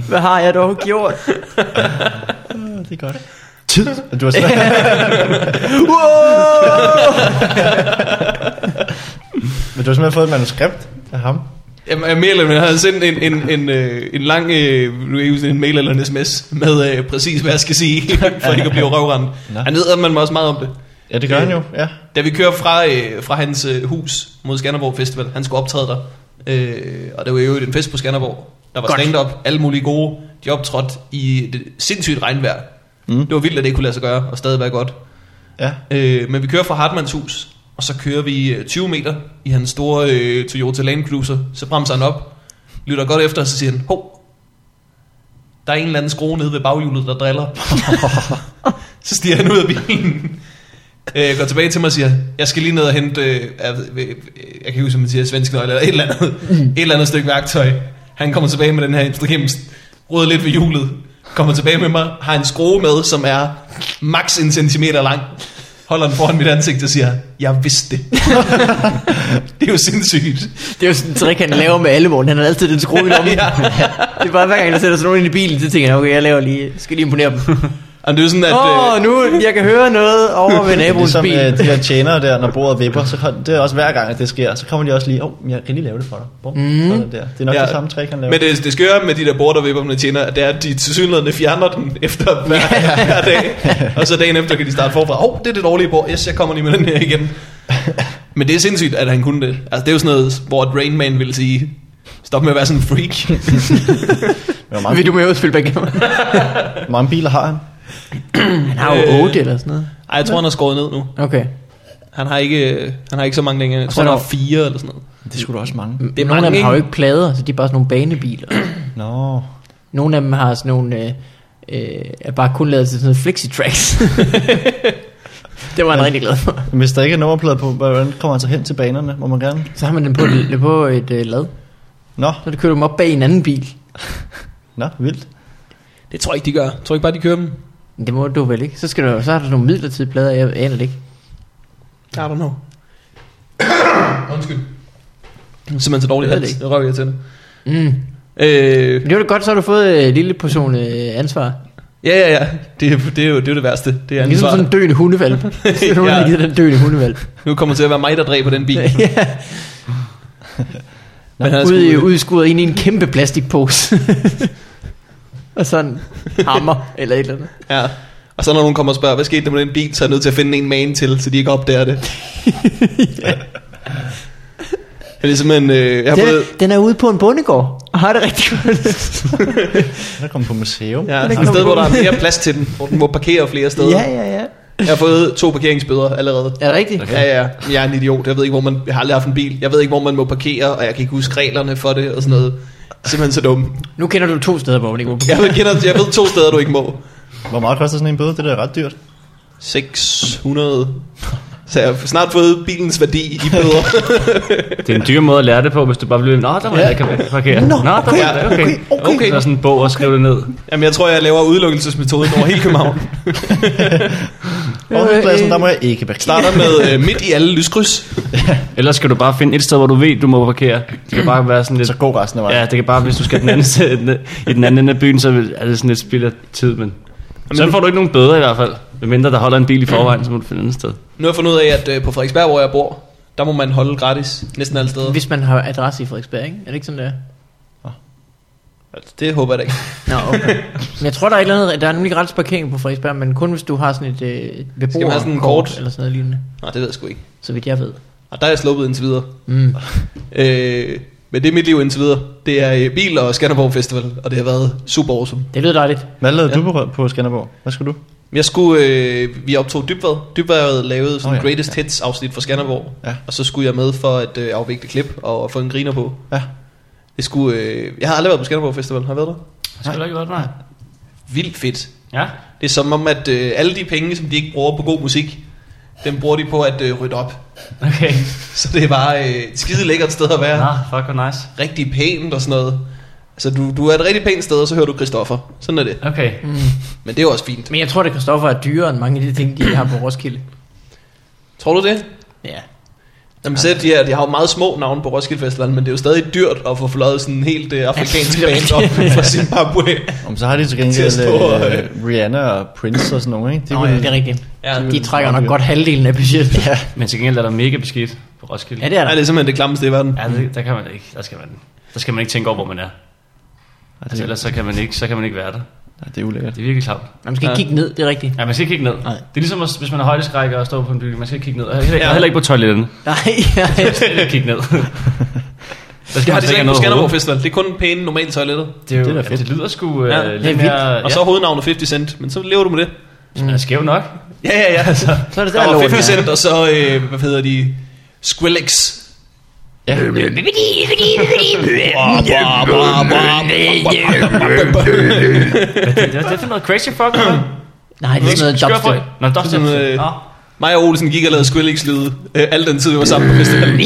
S4: Hvad har jeg dog gjort?
S2: Det er godt. Tid. Du har svært. Men du har simpelthen fået et manuskript af ham.
S1: Jamen, jeg mere eller mindre havde sendt en, en, en, øh, en lang øh, nu kan jeg ikke huske, en mail eller en sms med øh, præcis, hvad jeg skal sige, for ikke at blive røvrendt.
S2: Nå.
S1: Han hedder man mig også meget om det.
S2: Ja, det gør han jo. Ja.
S1: Da vi kører fra, øh, fra hans øh, hus mod Skanderborg Festival, han skulle optræde der, øh, og der var jo en fest på Skanderborg. Der var
S4: Godt.
S1: stand-up, alle mulige gode. De optrådte i det sindssygt regnvejr. Mm.
S2: Mm.
S1: Det var vildt, at det ikke kunne lade sig gøre, og stadig være godt.
S2: Ja.
S1: Øh, men vi kører fra Hartmanns hus, og så kører vi øh, 20 meter i hans store øh, Toyota Land Cruiser. Så bremser han op, lytter godt efter, og så siger han, hov, der er en eller anden skrue nede ved baghjulet, der driller. så stiger han ud af bilen. Øh, går tilbage til mig og siger, jeg skal lige ned og hente, øh, jeg, ved- ved- jeg kan ikke huske, om man siger svensk nøgle eller et eller andet,
S4: Mm.
S1: et eller andet stykke værktøj. Han kommer tilbage med den her instrukhemst, råder lidt ved hjulet, kommer tilbage med mig, har en skrue med, som er maks en centimeter lang, holder den foran mit ansigt og siger, jeg vidste det. det er jo sindssygt.
S4: Det er jo sådan en trick, han laver med alle morgen. Han har altid den skrue i lommen.
S1: Ja.
S4: Det er bare hver gang, der sætter sådan nogen ind i bilen, så tænker jeg, okay, jeg laver lige, skal lige imponere dem.
S1: Og det er jo sådan, at... øh,
S4: Åh, oh, nu, jeg kan høre noget over ved
S2: Det er
S4: naboens
S2: ligesom
S4: bil.
S2: øh, de her tjenere der, når bordet vipper, så kom- det er også hver gang, at det sker, så kommer de også lige, åh, oh, jeg kan lige lave det for dig. Bum, mm. sådan der. Det er nok ja. det samme trick, han laver.
S1: Men det, det skøre med de der bordervipperne tjener, at det er, at de tilsyneladende fjerner den efter hver, hver dag. Og så dagen efter kan de starte forfra. Åh, oh, det er det dårlige bord. Yes, jeg kommer lige med den her igen. Men det er sindssygt, at han kunne det. Altså, det er jo sådan noget, hvor et Rain Man ville sige, stop med at være sådan en freak.
S2: Men hvor mange,
S4: Vil du med at spille backgammon?
S2: hvor mange biler har han?
S4: Han har jo
S1: Øh.
S4: 8 eller sådan noget.
S1: Ej, jeg tror, han har skåret ned nu.
S4: Okay.
S1: Han har ikke, han har ikke så mange længere. Jeg
S4: Og
S1: tror,
S4: så
S1: han
S4: er
S1: har
S4: der-
S1: fire eller sådan noget.
S2: Det er sgu da også mange.
S1: Det er
S4: Nogle af
S1: mange,
S4: dem har jo
S1: ikke?
S4: ikke plader, så de er bare sådan nogle banebiler.
S2: Nå.
S4: Nogle af dem har sådan nogle... Øh, øh, er bare kun lavet til sådan noget flexi-tracks. det var han
S2: Ja.
S4: rigtig glad for.
S2: Men Hvis der ikke er nummerplade på, hvordan kommer han så hen til banerne? Må man gerne?
S4: Så har man den på, et- på et øh, lad.
S2: Nå,
S4: Så det kører dem op bag en anden bil.
S2: nå, vildt.
S1: Det tror jeg ikke, de gør. Jeg tror ikke bare, de kører dem.
S4: Men Det må du vel ikke. Så, skal du, så har du nogle midlertidige plader, jeg aner det ikke.
S1: I don't know. Undskyld. Det er Simpelthen så dårligt.
S4: Jeg ved det
S1: Det røg jeg til det.
S4: Mm.
S1: Øh,
S4: Men det var da godt, så har du fået øh, en lille portion øh, ansvar.
S1: Ja, ja, ja. Det, er- det, er, jo, det er jo det værste. Det er
S4: Ligesom
S1: ansvar.
S4: sådan en døende hundevalp. Så er nogen, der
S1: Ja.
S4: har givet den døende hundevalp.
S1: Nu kommer det til at være mig, der dræber den bil. Men han er
S4: ude, i,
S1: sgu-
S4: ude i skuret ind i en kæmpe plastikpose. og sådan hammer eller et eller andet.
S1: Ja. Og så når nogen kommer og spørger, hvad skete der med den bil, så er jeg nødt til at finde en man til, så de ikke opdager det. Men Det er simpelthen... Øh, jeg har fået...
S4: Den, den er ude på en bondegård, og har det rigtig godt.
S2: Den er kommet på museum.
S1: Ja,
S4: den er
S1: et sted, hvor der er
S4: kommet.
S1: mere plads til den, hvor den må parkere flere steder.
S4: ja, ja, ja.
S1: Jeg har fået to parkeringsbøder allerede.
S4: Er det rigtigt?
S1: Okay. Ja, ja. Jeg er en idiot. Jeg ved ikke, hvor man... Jeg har aldrig haft en bil. Jeg ved ikke, hvor man må parkere, og jeg kan ikke huske reglerne for det og sådan noget. Simpelthen så dum.
S4: Nu kender du to steder, hvor det ikke var på.
S1: Jeg ved, kender, jeg ved to steder, du ikke må.
S2: Hvor meget koster sådan en bøde? Det der er ret dyrt.
S1: 600. Så jeg har snart fået bilens værdi i bøder.
S3: Det er en dyr måde at lære det på, hvis du bare bliver ved, Nå, der var ja. jeg, der kan parkere. Nå, der var jeg, okay. okay.
S1: okay, okay.
S3: Så er sådan en bog og skrive det ned.
S1: Jamen, jeg tror, jeg laver udelukkelsesmetoden over hele København.
S4: øh,
S2: Overhedspladsen, der må jeg ikke parkere.
S1: Starter med øh, midt i alle lyskryds.
S3: Ellers skal du bare finde et sted, hvor du ved, du må parkere. Det kan bare være sådan lidt...
S2: Så god resten af vejen.
S3: Ja, det kan bare, hvis du skal den anden side, i den anden ende af byen, så er det sådan lidt spild af tid, men... Så får du ikke nogen bøder i hvert fald. Medmindre der holder en bil i forvejen, så må du finde et andet sted.
S1: Nu har jeg fundet ud af, at øh, på Frederiksberg, hvor jeg bor, der må man holde gratis næsten alle steder.
S4: Hvis man har adresse i Frederiksberg, ikke? Er det ikke sådan, det er?
S1: Altså, Det håber jeg da ikke.
S4: Nå, okay. Men jeg tror, der er, et eller andet, der er nemlig gratis parkering på Frederiksberg, men kun hvis du har sådan et øh, beboer
S1: Skal man have sådan en kort?
S4: eller sådan noget lignende,
S1: Nej, det ved jeg sgu ikke.
S4: så vidt jeg ved.
S1: Og der er jeg sluppet indtil videre.
S4: Mm.
S1: Øh, men det er mit liv indtil videre. Det er øh, bil og Skanderborg Festival, og det har været super awesome.
S4: Det lyder dejligt.
S2: Hvad lavede ja. du på, på Skanderborg? Hvad skal du?
S1: Jeg skulle, øh, vi optog Dybvad. Dybvad lavede sådan
S2: Nå
S1: oh,
S2: ja,
S1: ja, Greatest ja. Hits afsnit for Skanderborg.
S2: Ja.
S1: Og så skulle jeg med for at øh, afvikle klip og få en griner på.
S2: Ja.
S1: Det skulle, øh, jeg har aldrig været på Skanderborg Festival, har jeg været der?
S3: Det skal du ikke godt, nej.
S1: Vildt fedt.
S3: Ja.
S1: Det er som om, at øh, alle de penge, som de ikke bruger på god musik, dem bruger de på at øh, rydde op.
S3: Okay.
S1: Så det er bare øh, et skide lækkert sted at være.
S3: Ja.
S1: Ja.
S3: Nå, fuck, hvor nice.
S1: Rigtig pænt og sådan noget. Altså, du, du er et rigtig pænt sted, og så hører du Christoffer. Sådan er det.
S3: Okay.
S1: Men det er jo også fint.
S4: Men jeg tror, at Christoffer er dyrere end mange af de ting, de har på Roskilde.
S1: Tror du det?
S4: Ja.
S1: Jamen selv de her, de har jo meget små navne på Roskilde Festival, men det er jo stadig dyrt at få fløjet sådan en helt uh, afrikansk
S4: Ja, det er
S1: band op fra Zimbabwe.
S2: Om så har de til
S1: Til at
S2: gengæld
S1: stå og,
S2: øh, Rihanna og Prince og sådan nogle, ikke?
S4: Nå, ja, det er rigtigt.
S1: Ja,
S4: Ja, de
S1: det-
S4: trækker nok godt halvdelen af budgettet. Ja.
S3: Men til gengæld er der mega beskidt på Roskilde.
S4: ja, det er
S1: Nej,
S4: der.
S1: det er simpelthen det klammeste i verden.
S3: Ja, det, der kan man ikke. Der skal man, der skal man ikke tænke over, hvor man er. Altså, ellers så kan man ikke, så kan man ikke være der.
S2: Nej, det er ulækkert.
S3: Det er virkelig klamt.
S4: Man skal ikke
S1: Ja.
S4: kigge ned, det er rigtigt.
S3: Ja, man skal ikke kigge ned.
S4: Nej.
S3: Det er ligesom, at- hvis man har højdeskræk og står på en bygning. Man skal ikke kigge ned. Og heller ikke, og heller ikke på toiletterne.
S4: Nej, ja, ja.
S3: Man skal ikke kigge ned. Der
S1: Det har
S3: skal man
S1: de
S3: slet
S1: slet ikke på
S3: ikke noget
S1: Skanderborg
S3: overhovedet.
S1: Festival. Det er kun pæne, normale toiletter.
S3: Det, er jo,
S2: Det er
S3: det,
S2: da fedt.
S3: det lyder sgu øh,
S1: Ja,
S3: ja,
S1: det er
S3: lidt
S4: vildt.
S3: mere...
S1: Og så hovednavnet 50 Cent, men så lever du med det.
S3: ja, er skæv nok.
S1: Ja, ja, ja. Altså,
S4: Så er det
S1: der
S4: der,
S1: var
S4: lorten
S1: 50
S4: er.
S1: Cent, og så, øh, hvad hedder de, Skrillex.
S2: Ja,
S3: Men Det, det, det er for noget crazy fuck, eller?
S4: Nej, det er sådan noget
S3: Skør
S4: dubstep.
S3: folk. Nå, dubstep.
S1: Sådan, øh,
S3: Nå.
S1: Mig og Olsen gik og lavede Skrillex-lyde øh, al den tid, vi var sammen på festivalen.
S6: Me, me,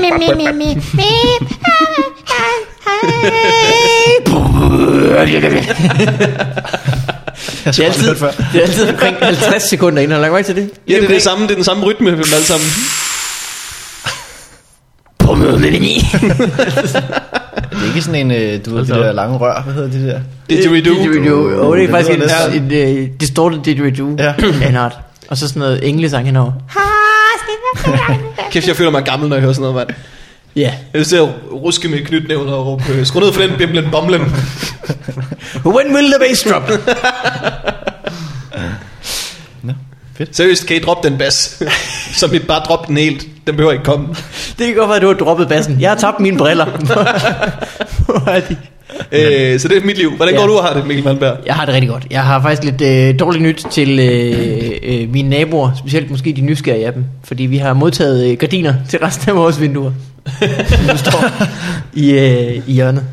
S6: me, me, me, me, me.
S2: jeg
S4: Det er,
S2: har
S4: altid,
S2: aldrig hørt før.
S4: det er altid omkring 50 sekunder inden, har du lagt mærke til det?
S1: Ja, det er, det samme, det er den samme rytme, vi alle sammen.
S2: Det er ikke sådan en, øh, du ved, de
S3: da op.
S2: der lange rør. Hvad hedder de der?
S1: Didgeridoo.
S4: Didgeridoo. Åh, det er
S2: Det
S4: faktisk
S2: lyder
S4: en, en, en uh, distorted didgeridoo
S2: Ja.
S4: af en art. Og så sådan noget englesang henover.
S1: Kæft, jeg føler mig gammel, når jeg hører sådan noget, mand.
S4: Ja.
S1: Jeg vil sidde og ruske med knytnævner og råbe, øh, skru ned for den bimlen bomlen.
S4: Yeah. When will the bass drop?
S1: Seriøst, kan I droppe den bas? Som I bare droppe den helt. Den behøver ikke komme.
S4: det kan godt være, at du har droppet bassen. Jeg har tabt mine briller. Hvor er de?
S1: Øh, så det er mit liv. Hvordan går
S4: Ja.
S1: du og har det, Mikkel Malmberg?
S4: Jeg har det rigtig godt. Jeg har faktisk lidt øh, dårligt nyt til øh, øh, mine naboer, specielt måske de nysgerrige af dem, fordi vi har modtaget øh, gardiner til resten af vores vinduer, som nu står i, øh, i hjørnet.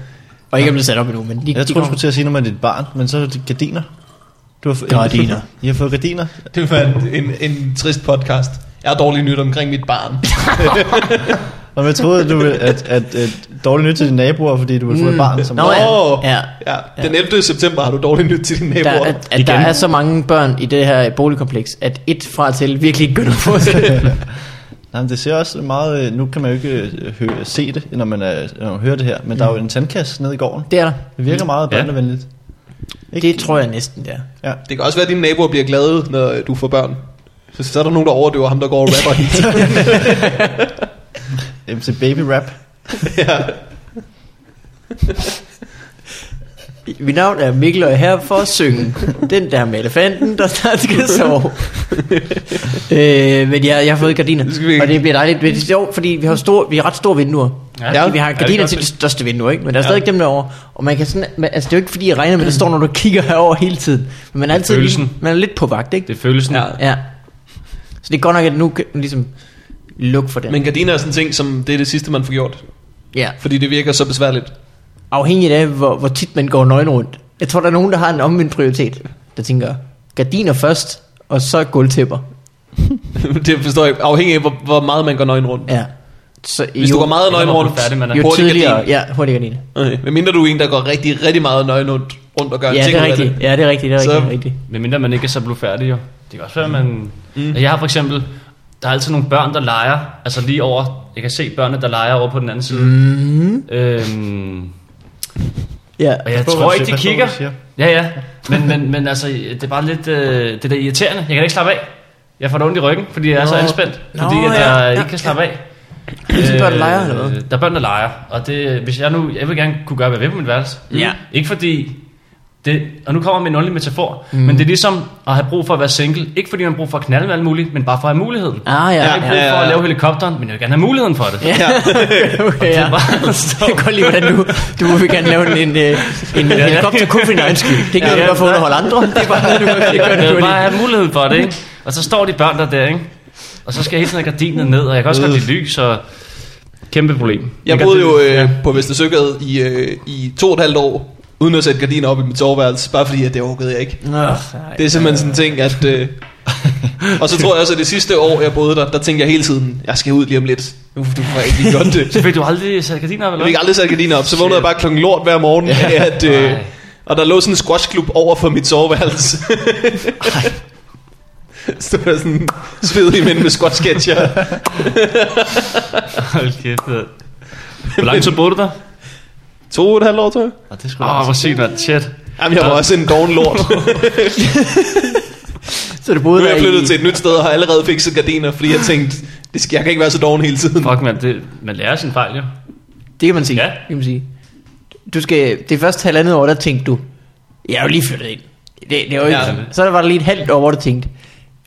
S4: Og ikke er blevet sat op endnu, men de,
S2: Jeg
S4: de
S2: tror, du
S4: kommer.
S2: skulle til at sige noget med dit barn, men så er det gardiner. Du har fået,
S4: Gardiner.
S2: I har fået gardiner.
S1: Det var en, en, en trist podcast. Jeg har dårlig nyt omkring mit barn.
S2: Og jeg troede, at du ville, at, at, at dårligt nyt til dine naboer, fordi du ville få et barn. Som
S4: Mm. Nå, ja.
S1: Åh,
S4: ja.
S1: ja. Den 11. september har du dårlig nyt til dine
S4: Der,
S1: naboer.
S4: at, at der er så mange børn i det her boligkompleks, at et fra til virkelig ikke gør noget for sig.
S2: Nej, men det ser også meget... øh, Nu kan man jo ikke øh, høre, se det, når man, er, når man hører det her, men der er jo
S4: Mm.
S2: en tandkasse nede i gården.
S4: Det er der.
S2: Det virker meget
S3: Ja.
S2: børnevenligt.
S4: Det tror jeg næsten, der.
S2: Ja.
S1: Det kan også være, at dine naboer bliver glade, når øh, du får børn. Så, så er der nogen, der overdøver ham, der går og rapper hit.
S2: MC Baby Rap.
S4: Mit navn er Mikkel, og jeg er her for at synge. Den der med elefanten, der snart skal sove. øh, men jeg, jeg har fået gardiner,
S1: Det skal vi-
S4: og det bliver dejligt. Men det er sjovt, fordi vi har, stor, vi har ret store vinduer.
S1: Ja.
S4: Ja. Vi har
S1: Ja, det
S4: gardiner
S1: kan
S4: til
S1: jeg
S4: de største vinduer, ikke? men der er stadig ja. dem derovre. Og man kan sådan, man, altså det er jo ikke fordi, jeg regner med, at der står, når du kigger herover hele tiden. Men man er, altid lige,
S3: følelsen.
S4: man er lidt på vagt, ikke?
S3: Det er følelsen. Ja.
S4: Ja. Så det er godt nok, at nu kan den ligesom lukke for den.
S1: Men gardiner er sådan en ting, som det er det sidste, man får gjort.
S4: ja.
S1: Fordi det virker så besværligt.
S4: Afhængigt af, hvor, hvor tit man går nøgen rundt. Jeg tror, der er nogen, der har en omvendt prioritet, der tænker, gardiner først, og så gulvtæpper.
S1: det forstår jeg. Afhængig af, hvor, hvor meget man går nøgen rundt.
S4: Ja. Så
S1: Hvis
S4: jo,
S1: du går meget nøgen
S3: Hvornår er du
S1: rundt,
S3: færdig med det?
S4: jo
S1: hurtigt
S4: tidligere,
S1: gardin.
S4: ja, hurtig gardiner.
S1: Okay. Men mindre du er en, der går rigtig, rigtig meget nøgen rundt, rundt og gør
S4: Ja,
S1: ting
S4: det er
S1: ud af
S4: rigtigt. Ja, det er rigtigt, det er
S1: Så-
S4: rigtigt, det er rigtigt.
S3: Men mindre man ikke er så blufærdig jo. Det kan også være, man... Mm. Jeg har for eksempel... Der er altid nogle børn, der leger. Altså lige over... Jeg kan se børnene, der leger over på den anden side. Mm. Øhm,
S4: Ja.
S3: og jeg
S2: på, hvad
S3: tror
S2: du
S3: ikke,
S2: siger.
S3: de
S2: Pas på,
S3: kigger.
S2: hvad du siger.
S3: Ja, ja. Men, men, men altså, det er bare lidt... Øh, det er da irriterende. Jeg kan da ikke slappe af. Jeg får det ondt i ryggen, fordi jeg er så
S4: Nå.
S3: anspændt.
S4: Nå,
S3: Fordi at øh,
S4: ja,
S3: jeg
S4: ja,
S3: ikke kan slappe af. Øh,
S4: Er det Øh, børn, der leger, eller hvad?
S3: Der er børn, der leger. Og det, hvis jeg nu... Jeg vil gerne kunne gøre, hvad jeg vil på mit værelse. Mm.
S4: Ja.
S3: Ikke fordi... Det, og nu kommer min åndelige metafor, mm. men det er ligesom at have brug for at være single. Ikke fordi man har brug for at knalde med alt muligt, men bare for at have muligheden.
S4: Ah, ja,
S3: jeg har ikke
S4: ja,
S3: brug for
S1: ja, ja.
S3: at lave helikopteren, men jeg vil gerne have muligheden for det.
S4: Ja, okay, ja.
S3: Det er bare så...
S4: Jeg kan godt lide, hvordan du, du vil gerne lave en, en, øh, en
S3: ja.
S4: helikopter kun for din egen skyld. Det kan
S3: Ja,
S4: ja, du
S3: ja,
S4: bare for at
S3: nej.
S4: underholde andre. Det er bare noget, du kan gøre
S3: Jeg vil
S4: naturligt.
S3: Øh, bare have muligheden for det, ikke? Og så står de børn der der, ikke? Og så skal jeg hele tiden have gardinet ned, og jeg kan også godt lide lys, og kæmpe problem.
S1: Øh. Jeg boede jo øh, på Vestersøgade i, øh, i to og et halvt år, uden at sætte gardiner op i mit soveværelse, bare fordi at det orkede jeg ikke.
S4: Nå,
S1: Det er simpelthen sådan en ting, at... Øh, og så tror jeg også, at det sidste år, jeg boede der, der tænkte jeg hele tiden, jeg skal ud lige om lidt. Nu du får jeg ikke lige gjort det.
S3: Så fik du aldrig sat gardiner op,
S1: Jeg
S3: eller
S1: fik
S3: hvad?
S1: aldrig sat gardiner op, så vågnede jeg bare klokken lort hver morgen. Ja. At, øh,
S3: Ej.
S1: og der lå sådan en squashklub over for mit soveværelse. Stod der sådan svedige mænd med squashketcher.
S3: Hold kæft, mand. Hvor lang tid boede du der?
S1: To og et halvt år, tror jeg.
S2: Og det skulle
S3: Åh,
S2: oh,
S3: hvor sygt, mand. Shit.
S1: Jamen, jeg var også en doven lort.
S4: Så du
S1: Nu
S4: boede
S1: er jeg
S4: der
S1: flyttet
S4: i-
S1: til et nyt sted og har allerede fikset gardiner, fordi jeg tænkte, det skal, jeg kan ikke være så doven hele tiden.
S3: Fuck, mand. Det, man lærer sin fejl, jo.
S4: Det kan man sige.
S3: Ja.
S4: Ja. Det kan man sige. Du skal, det første halvandet år, der tænkte du, jeg er jo lige flyttet ind. Det, det er jo ikke.
S1: Ja.
S4: Ja. Så der var der lige et halvt år, hvor du tænkte,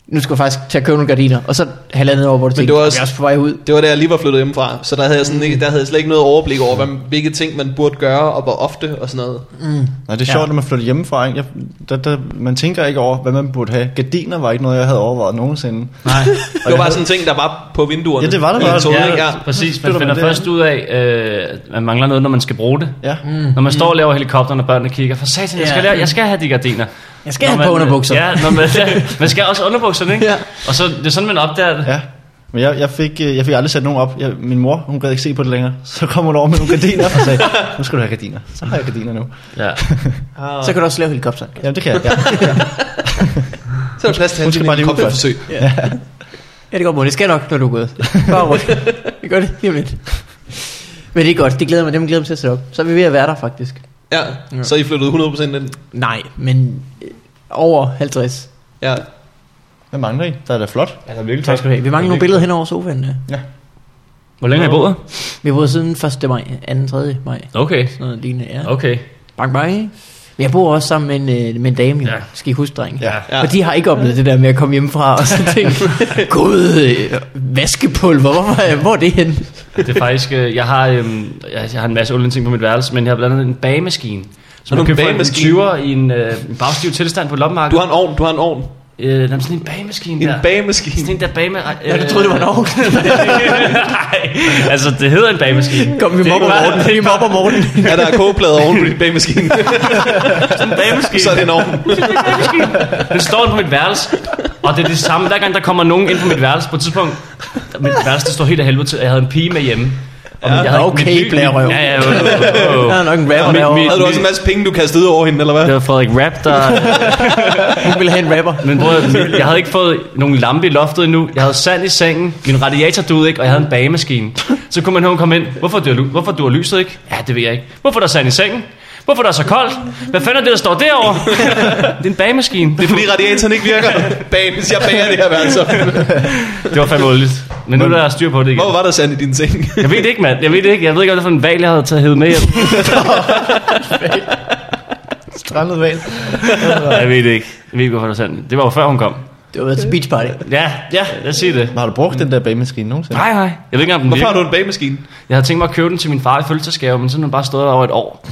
S4: nu skal jeg faktisk tage og købe nogle gardiner. Og så halvandet år, hvor du
S1: Men
S4: tænkte,
S1: det var
S4: jeg
S1: også-
S4: er også på vej ud.
S1: Det var da jeg lige var flyttet hjemmefra, så der havde jeg, sådan ikke, der havde jeg slet ikke noget overblik over, hvad, hvilke ting man burde gøre, og hvor ofte og sådan noget.
S2: Nej, det er
S4: Ja.
S2: sjovt, når man flytter hjemmefra. Ikke? Jeg, der, der, man tænker ikke over, hvad man burde have. Gardiner var ikke noget, jeg havde overvejet nogensinde.
S3: Nej.
S1: Det var bare sådan en ting, der var på vinduerne.
S2: Ja, det var der
S1: I
S2: bare.
S1: tonen, ikke?
S3: Ja,
S1: ja.
S3: præcis. Man
S2: Flytter
S3: finder
S2: man det
S3: først ud af, øh, at man mangler noget, når man skal bruge det.
S2: Ja. Mm.
S3: Når man står og laver helikopteren, og børnene kigger, for satan, jeg skal,
S4: Ja.
S3: lave, jeg skal have de gardiner.
S4: Jeg skal
S3: Når
S4: have
S3: man-
S4: på underbukser.
S3: Ja, når man, ja, man skal også have underbukserne, ikke?
S4: Ja.
S3: Og så, det er sådan, man opdager det.
S2: Ja. Men jeg, jeg, fik, øh, jeg fik aldrig sat nogen op. Jeg, min mor, hun gad ikke se på det længere. Så kom hun over med nogle gardiner og sagde, nu skal du have gardiner. Så har jeg gardiner nu.
S3: Ja.
S4: Så kan du også lave helikopter.
S2: Jamen det kan jeg. Ja.
S1: Så er der plads til
S2: Hun skal bare
S1: at
S2: lige ud
S1: komme
S2: først.
S1: forsøg.
S4: Ja, det går mod. Det skal nok, når du er gået. Bare rundt. Vi gør det lige om lidt. Men det er godt. Det glæder mig. Dem glæder jeg mig til at sætte op. Så er vi ved at være der, faktisk.
S1: Ja, så er I flyttet 100% ind.
S4: Nej, men øh, over 50.
S1: Ja.
S2: Hvad mangler I? Der er da flot.
S3: Ja, der er virkelig
S4: Tak skal du have. Vi mangler nogle billeder hen over sofaen. ja.
S3: Hvor længe har I boet?
S4: Vi har boet siden 1. maj, 2. 3. maj.
S3: Okay.
S4: Sådan noget lignende, ja.
S3: Okay.
S4: Bang bang, ikke? Men jeg bor også sammen med en, øh, med en dame,
S3: Ja.
S4: ja. skal I huske, dreng.
S2: Ja.
S1: Ja.
S4: Og de har ikke oplevet det der med at komme hjemmefra og så tænke, gud, øh, vaskepulver, hvor, er- hvor er det henne?
S3: Det er faktisk, øh, jeg har, øhm, jeg, jeg har en masse oldenting på mit værelse, men jeg har blandt andet en bagemaskine.
S1: Har
S3: Som
S1: du
S3: jeg
S1: en
S3: købte for en
S1: bagemaskine?
S3: 20'er i en, øh, en bagstiv tilstand på et loppemarked.
S1: Du har en ovn, du har en ovn.
S3: øh, jamen, sådan en bagemaskine
S1: En
S3: der.
S1: bagemaskine.
S3: sådan en der bagemaskine. Øh,
S4: Ja, du troede, det var en ovn.
S3: Nej, altså det hedder en bagemaskine.
S4: Kom, vi
S3: Det er
S4: mobber
S3: ikke bare-
S4: Morten, vi mobber Morten.
S1: Ja, der er kogeplader oven på din bagemaskine.
S3: Sådan en bagemaskine.
S1: så er det en ovn.
S3: Den står inde på mit værelse, og det er det samme. Hver gang der kommer nogen ind på mit værelse på et tidspunkt, mit værelse det står helt af helvede til, og jeg havde en pige med hjemme. Og ja, jeg havde
S4: okay,
S3: mit liv-
S4: blærerøv.
S3: Ja, ja, jo, jo,
S4: Der
S3: jo.
S4: er nok en rapper
S3: Mit-
S4: derovre.
S1: Havde du også en masse penge, du kastede ud over hende, eller hvad?
S3: Det var Frederik Rapp, der...
S4: Hun ville have en rapper.
S3: Men bror, jeg havde ikke fået nogen lampe i loftet endnu. Jeg havde sand i sengen. Min radiator duede ikke, og jeg havde en bagemaskine. Så kunne man høre, hun kom ind. Hvorfor du, hvorfor du har lyset ikke? Ja, det ved jeg ikke. Hvorfor er der er sand i sengen? Hvorfor er der er så koldt? Hvad fanden er det, der står derovre? det er en bagemaskine.
S1: Det er fordi radiatoren ikke virker. Bag, hvis jeg bager det her værelse. op.
S3: Det var fandme oldeligt. Men nu er der styr på det igen.
S1: Hvor var der sand i din seng?
S3: Jeg ved det ikke, mand. Jeg ved det ikke. Jeg ved ikke, hvad det er for en valg, jeg havde taget hævet med hjem.
S2: fremmed valg.
S3: Jeg ved det ikke. Jeg ved ikke, hvorfor det er sådan. Det var jo før hun kom.
S4: Det var været til beach party.
S3: Ja, ja, lad os sige det.
S2: Har du brugt den der bagemaskine nogensinde?
S3: Nej, nej. Jeg ved ikke engang, om den
S1: Hvorfor har
S3: virker.
S1: du en bagemaskine?
S3: Jeg havde tænkt mig at købe den til min far i fødselsdagsgave, men så har den bare stået der over et år.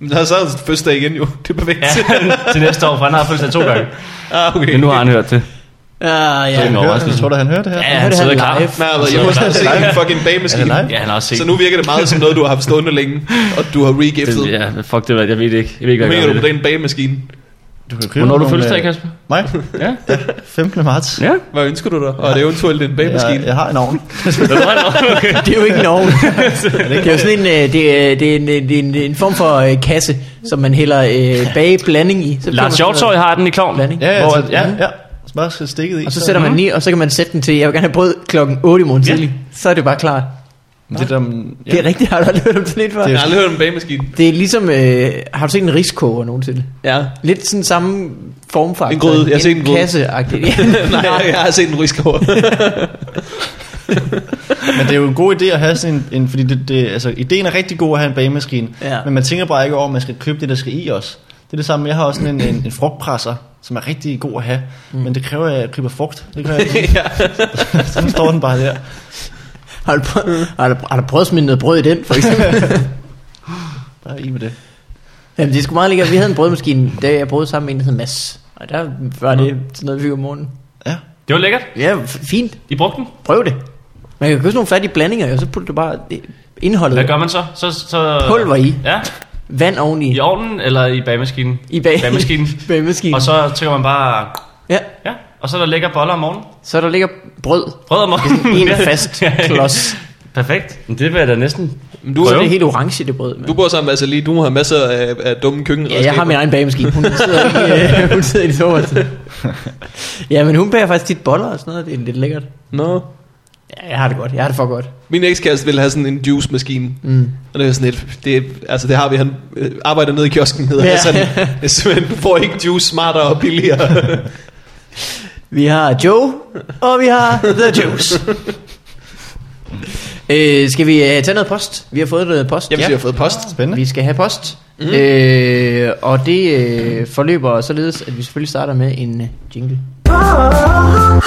S1: Men så er det første dag igen jo. Det er perfekt.
S3: Ja, til næste år, for han har fødselsdag to gange.
S1: ah, okay.
S3: Men nu har han hørt det.
S4: Ah, ja.
S3: Så er
S2: Han
S3: det
S2: hører, jeg tror da, han hører det her.
S3: Ja,
S4: hørte
S3: han
S4: det
S3: sidder
S4: her
S3: klar.
S4: live.
S1: Nej, altså, jeg ved, jeg må snart se en fucking bagemaskine.
S2: Er det live?
S3: Ja, han har også set
S1: Så nu virker det meget som noget, du har haft stående længe, og du har regiftet.
S3: den.
S1: Ja.
S3: Ja, fuck det, jeg ved det ikke. Jeg ved ikke,
S1: Nu
S3: hvad
S1: mener du
S3: jeg gør ved
S1: på
S3: det.
S1: den bagemaskine.
S2: Du kan købe
S3: Hvornår har du
S2: nogle,
S3: fødselsdag,
S2: øh,
S3: Kasper?
S2: Mig?
S3: Ja.
S2: 15. marts.
S3: Ja.
S1: Hvad ønsker du dig? Og er det eventuelt en
S2: Jeg,
S1: bagemaskine?
S2: jeg har en ovn.
S3: Okay.
S4: Det er jo ikke Norge. det er jo sådan en, øh, det er, det er en, en, en, en form for øh, kasse, som man hælder øh, bageblanding i. Så
S3: Lars Hjortøj har den i klovn.
S4: Blanding.
S2: Ja, ja,
S3: Hvor-
S2: så,
S3: ja.
S2: ja, ja. Så bare skal stikket i.
S4: Og så sætter man den i, og så kan man sætte den til, jeg vil gerne have brød klokken 8 i morgen
S3: Ja.
S4: tidlig. Så er det bare klart.
S2: Det der, ja.
S4: Det er rigtigt, har du aldrig hørt om sådan et før?
S2: Det
S1: Jeg
S4: Det
S1: har aldrig hørt om en bagemaskine.
S4: er, ligesom, øh, har du set en riskoger nogensinde?
S1: Ja.
S4: Lidt sådan samme formfaktor.
S1: En gryde. Jeg har set en gryde.
S4: Kasseagtig.
S1: Nej, jeg har set en riskover.
S2: Men det er jo en god idé at have sådan en, en fordi det, det, altså, ideen er rigtig god at have en bagemaskine,
S4: Ja.
S2: men man tænker bare ikke over, at man skal købe det, der skal i os. Det er det samme, jeg har også sådan en, en, en frugtpresser, som er rigtig god at have, mm. men det kræver, at jeg køber frugt. Det gør jeg ikke. så står den bare der.
S4: har, du prøvet, har, du, har du prøvet at smide noget brød i den, for eksempel?
S2: Der er i med det.
S4: Jamen, det er sgu meget lækkert. Vi havde en brødmaskine, da jeg boede sammen med en, der hed Mads. Og der var det sådan noget, vi fik om morgenen.
S2: Ja.
S3: Det var lækkert.
S4: Ja, f- fint.
S3: I brugte den.
S4: Prøv det. Man kan købe sådan nogle fattige blandinger, og så putter du bare det- indholdet
S3: Hvad gør man så? så, så
S4: Pulver i.
S3: Ja,
S4: vand oveni.
S3: i ovnen eller i bagemaskinen.
S4: I bag-
S3: bagemaskinen.
S4: bagemaskinen.
S3: Og så trykker man bare...
S4: Ja,
S3: Ja, og så er der lækker boller om morgenen.
S4: så der ligger brød.
S3: Brød om morgenen.
S4: En fast klods.
S3: Perfekt. Men det vil jeg da næsten
S1: Men du,
S4: Så
S3: Prøv.
S4: det er helt orange i det brød.
S1: du
S4: Man.
S1: bor sammen med Azali, du har masser af, af dumme køkkenredskaber.
S4: Ja, jeg har min egen bagemaskine. Hun sidder, i, øh, hun sidder i det soveværelse. Ja, men hun bager faktisk tit boller og sådan noget. Det er lidt lækkert.
S1: Nå.
S4: Ja, jeg har det godt. Jeg har det for godt.
S1: Min ekskæreste ville have sådan en juice-maskine. Mm. Og det er sådan et, det, altså det har vi, han øh, arbejder nede i kiosken, hedder
S4: Ja.
S1: ja. sådan, det er simpelthen, du får ikke juice smartere og billigere.
S4: Vi har Joe, og vi har The Joes. øh, skal vi øh, tage noget post? Vi har fået noget post.
S1: Jeg vil sige, jeg har fået post.
S2: Ah.
S1: Mhm.
S2: Spændende.
S4: Vi skal have post. Mm. Øh, og det øh, forløber således, at vi selvfølgelig starter med en øh, jingle.
S5: Ah, oh.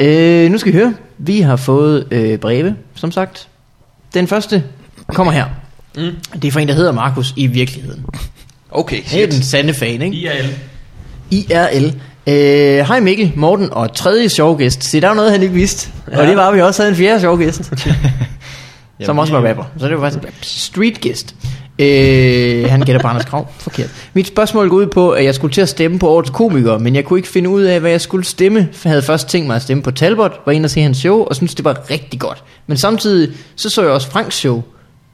S4: Øh, nu skal I høre. Vi har fået øh, breve, som sagt. Den første kommer her. Mm. Det er fra en, der hedder Markus i virkeligheden.
S1: Okay,
S4: Det er
S1: shit.
S4: den sande fan, ikke?
S3: IRL.
S4: IRL. Øh, Hej Mikkel, Morten og tredje sjove gæst. Se, der var noget, han ikke vidste. Ja. Og det var, at vi også havde en fjerde sjov gæst. som også var rapper. Så det var faktisk en street gæst. Øh, han gætter på Anders Krav. Forkert. Mit spørgsmål går ud på, at jeg skulle til at stemme på årets komiker, men jeg kunne ikke finde ud af, hvad jeg skulle stemme. Jeg havde først tænkt mig at stemme på Talbot, var inde og se hans show, og syntes, det var rigtig godt. Men samtidig så så jeg også Franks show,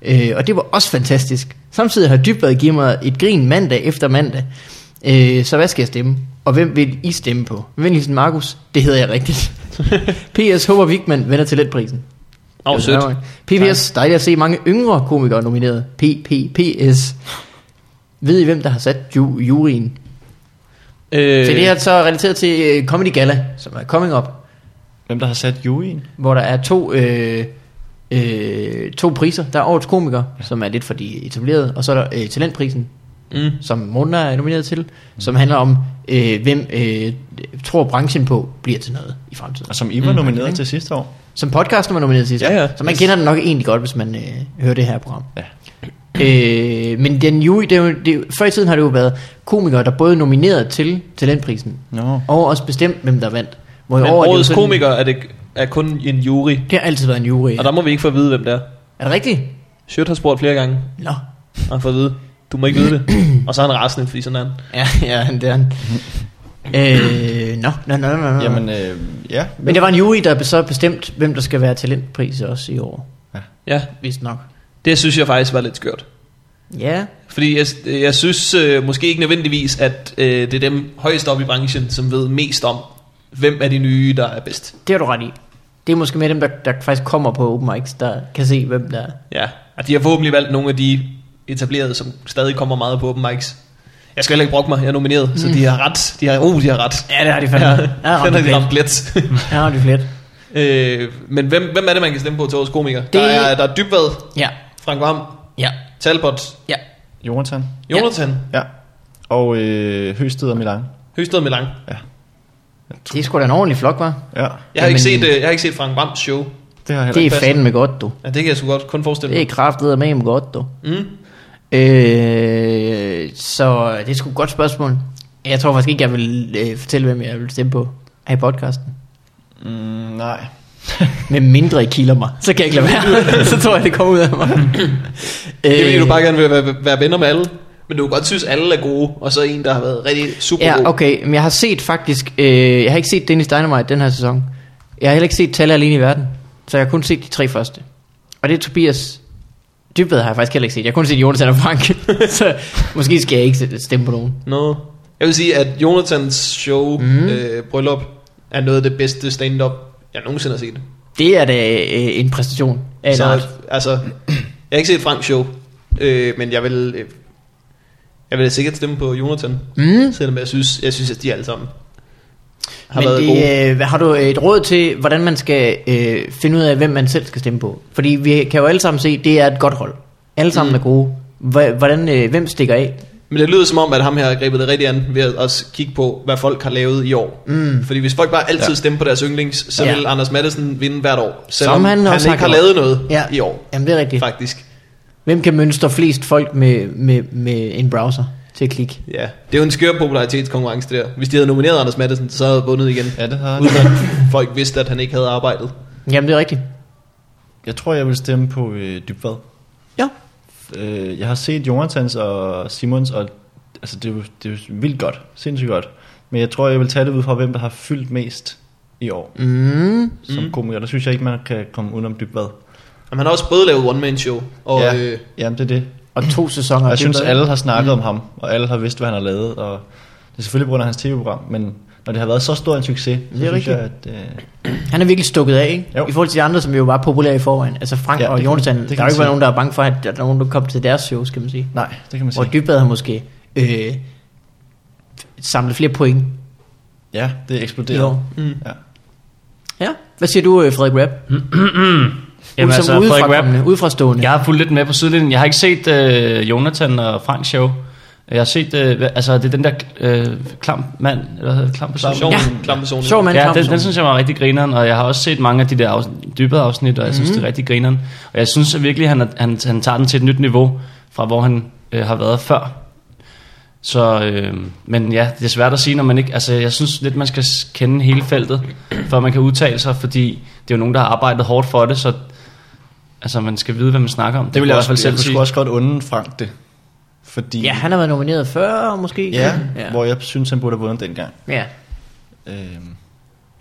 S4: øh, og det var også fantastisk. Samtidig har Dybvad givet mig et grin mandag efter mandag. Øh, så hvad skal jeg stemme? Og hvem vil I stemme på? Venligsen Markus, det hedder jeg rigtigt. P.S. Håber Wigman vender til letprisen.
S1: Åh,
S4: Det
S1: sødt.
S4: var PPS, dejligt at se mange yngre komikere nomineret. PPPS. Ved I, hvem der har sat ju- juryen? Øh. Så det er så relateret til øh, Comedy Gala, som er coming up,
S2: Hvem der har sat Yui
S4: hvor der er to, øh, øh, to priser. Der er årets komiker, som er lidt for de etablerede, og så er der øh, talentprisen,
S1: Mm.
S4: som Mona er nomineret til, som handler om, øh, hvem øh, tror branchen på bliver til noget i fremtiden.
S2: og som I var mm, nomineret til sidste år.
S4: Som podcasten var nomineret sidste
S1: Ja, ja.
S4: år. Så man kender den nok egentlig godt, hvis man øh, hører det her program.
S2: Ja.
S4: Øh, men den jury, det er jo, det, er jo- før i tiden har det jo været komikere, der både nomineret til talentprisen,
S2: Nå.
S4: og også bestemt, hvem der vandt. Hvor i
S1: Men
S4: år er det jo
S1: årets
S4: sådan-
S1: komiker er, det, er kun en jury,
S4: Det har altid været en jury.
S1: og der må vi ikke få at vide, hvem det er.
S4: Er det rigtigt?
S1: Sjøt har spurgt flere gange,
S4: Nå.
S1: og han får at vide, du må ikke vide det. Og så er han rasende, fordi sådan er han.
S4: Ja, ja det er han. øh, nå, nå, nå, nå, nå.
S2: Jamen, øh, ja.
S4: Men der var en jury, der så bestemt, hvem der skal være talentpris også i år.
S1: Ja,
S4: Vist nok.
S1: det synes jeg faktisk var lidt skørt.
S4: Ja,
S1: Fordi jeg, jeg synes øh, måske ikke nødvendigvis, at øh, det er dem højst op i branchen, som ved mest om, hvem er de nye, der er bedst.
S4: det har du ret i. Det er måske mere dem, der, der faktisk kommer på open mics, der kan se, hvem der er.
S1: Ja, og de har forhåbentlig valgt nogle af de etablerede, som stadig kommer meget på open mics. Jeg skal heller ikke brokke mig, jeg er nomineret, mm. så de har ret. De har, oh, de har ret.
S4: Ja, det har de fandme. Ja,
S1: Den har de ramt let.
S4: Ja, det er flet.
S1: Øh, men hvem, hvem er det, man kan stemme på til årets komiker? Det...
S4: Det-
S1: Der, er, der er Dybvad,
S4: Ja,
S1: Frank Vam,
S4: ja,
S1: Talbot,
S4: ja.
S2: Jonathan.
S1: Jonathan, ja.
S2: Ja. Og øh, Høsted og Milan.
S1: Høsted Milang.
S4: Det er sgu da en ordentlig flok, var.
S2: Ja,
S1: Jeg har,
S4: Jamen-
S1: ikke set, øh, jeg har ikke set Frank Vams show.
S2: det har jeg heller
S4: Det
S2: ikke.
S4: er
S1: passende.
S4: fandme godt, du.
S1: Ja, det kan jeg sgu godt kun forestille
S4: Det er
S1: mig.
S4: kraftedet med ham godt, du.
S1: Mm.
S4: Øh, så det er sgu et godt spørgsmål. Jeg tror faktisk ikke, jeg vil øh, fortælle, hvem jeg vil stemme på her i podcasten.
S2: Mm, nej.
S4: Men mindre I kilder mig, så kan jeg ikke lade være. så tror jeg, det kommer ud af mig.
S1: Det er
S4: øh,
S1: fordi, du bare gerne vil være, være venner med alle. Men du kan godt synes, alle er gode, og så en, der har været rigtig super god.
S4: Ja, okay, men jeg har set faktisk, øh, jeg har ikke set Dennis Dynamite den her sæson. Jeg har heller ikke set Talle alene i verden, så jeg har kun set de tre første. Og det er Tobias Dybved har jeg faktisk heller ikke set. Jeg har kun set Jonathan og Frank, så måske skal jeg ikke stemme på nogen.
S1: No. Jeg vil sige, at Jonathans show, mm. øh, Bryllup, er noget af det bedste stand-up, jeg nogensinde har set.
S4: Det er da øh, en præstation af en
S1: Så,
S4: art.
S1: altså, jeg har ikke set Franks show, øh, men jeg vil, øh, jeg vil da sikkert stemme på Jonathan.
S4: Mm.
S1: Selvom jeg synes, jeg synes at de alle sammen har
S4: Men
S1: været gode.
S4: det, øh, hvad- har du et råd til, hvordan man skal øh, finde ud af, hvem man selv skal stemme på? Fordi vi kan jo alle sammen se, det er et godt hold. Alle sammen
S1: Mm.
S4: er gode. Hva- Hvordan, øh, hvem stikker af?
S1: Men det lyder som om, at ham her har grebet det rigtig an ved at også kigge på, hvad folk har lavet i år. Mm. Fordi hvis folk bare altid ja. stemmer på deres yndlings, så
S4: Ja.
S1: ja. vil Anders Madsen vinde hvert år. Selvom
S4: han
S1: han, han
S4: også
S1: ikke
S4: har
S1: har
S4: gjort.
S1: lavet noget ja. i år,
S4: Jamen det er rigtigt.
S1: faktisk.
S4: Hvem kan mønstre flest folk med, med, med en browser til at klikke?
S1: Ja, det er jo en skør popularitetskonkurrence det der. Hvis de havde nomineret Anders Madsen, så havde han vundet igen.
S2: Ja, det har
S1: Uden
S2: jeg.
S1: at folk vidste, at han ikke havde arbejdet.
S4: Jamen det er rigtigt.
S2: Jeg tror, jeg vil stemme på øh, Dybvad.
S4: Ja.
S2: Øh, jeg har set Jonathans og Simons, og altså, det, er jo, det er jo vildt godt. Sindssygt godt. Men jeg tror, jeg vil tage det ud fra, hvem der har fyldt mest i år
S4: Mm.
S2: som mm. komiker. Der synes jeg ikke, man kan komme udenom Dybvad.
S1: Jamen, han har også både lavet one-man-show, og
S2: ja,
S1: ja. øh,
S2: jamen, det er det.
S4: Og to sæsoner.
S2: Og
S4: det
S2: jeg synes,
S4: er-
S2: alle har snakket mm. om ham, og alle har vidst, hvad han har lavet. Og det er selvfølgelig på grund af hans tv-program, men når det har været så stor en succes, så
S4: Det er
S2: synes jeg, at... Øh,
S4: Han er virkelig stukket af, ikke?
S2: Jo.
S4: I forhold til de andre, som jo var populære i forvejen. Altså Frank
S2: Ja,
S4: ja, og
S2: det kan-
S4: Jonathan,
S2: det kan
S4: der har
S2: man
S4: jo ikke været
S2: sige.
S4: nogen, der er bange for, at der er nogen, der kom til deres show, skal man sige.
S2: nej, det kan man
S4: Hvor
S2: sige.
S4: Dybvad har måske øh, samlet flere point
S2: Ja, det er
S4: i
S2: eksploderet.
S4: år.
S2: Mm. Ja.
S4: Ja. Hvad siger du, øh, Frederik Rapp?
S3: Jamen,
S4: som
S3: altså, Frederik Rapp,
S4: udefrakommende, udefrastående.
S3: Jeg har fulgt lidt med på sidelinjen. Jeg har ikke set øh, Jonathan og Franks show. Jeg har set, øh, hvad- altså det er den der øh, klam mand, eller hvad hedder det? klam person.
S1: sjov,
S4: Ja.
S1: ja. klam person.
S4: Sjov mand,
S3: Ja,
S4: Clausen.
S3: den, den synes jeg var rigtig grineren, og jeg har også set mange af de der afsnit, dybere afsnit, og jeg synes, mm. det er rigtig grineren. Og jeg synes at virkelig, han, er- han, han tager den til et nyt niveau, fra hvor han øh, har været før. Så, øh, men ja, det er svært at sige, når man ikke, altså jeg synes lidt, man skal s- kende hele feltet, for at man kan udtale sig, fordi det er jo nogen, der har arbejdet hårdt for det, så altså, man skal vide, hvad man snakker om. Det vil jeg i hvert fald selv
S2: Jeg
S3: sige.
S2: skulle også godt unde Frank det. Fordi,
S4: Ja, han har været nomineret før, måske.
S2: ja,
S4: ja.
S2: ja, hvor jeg synes, han burde have vundet dengang.
S4: ja.
S2: Øhm,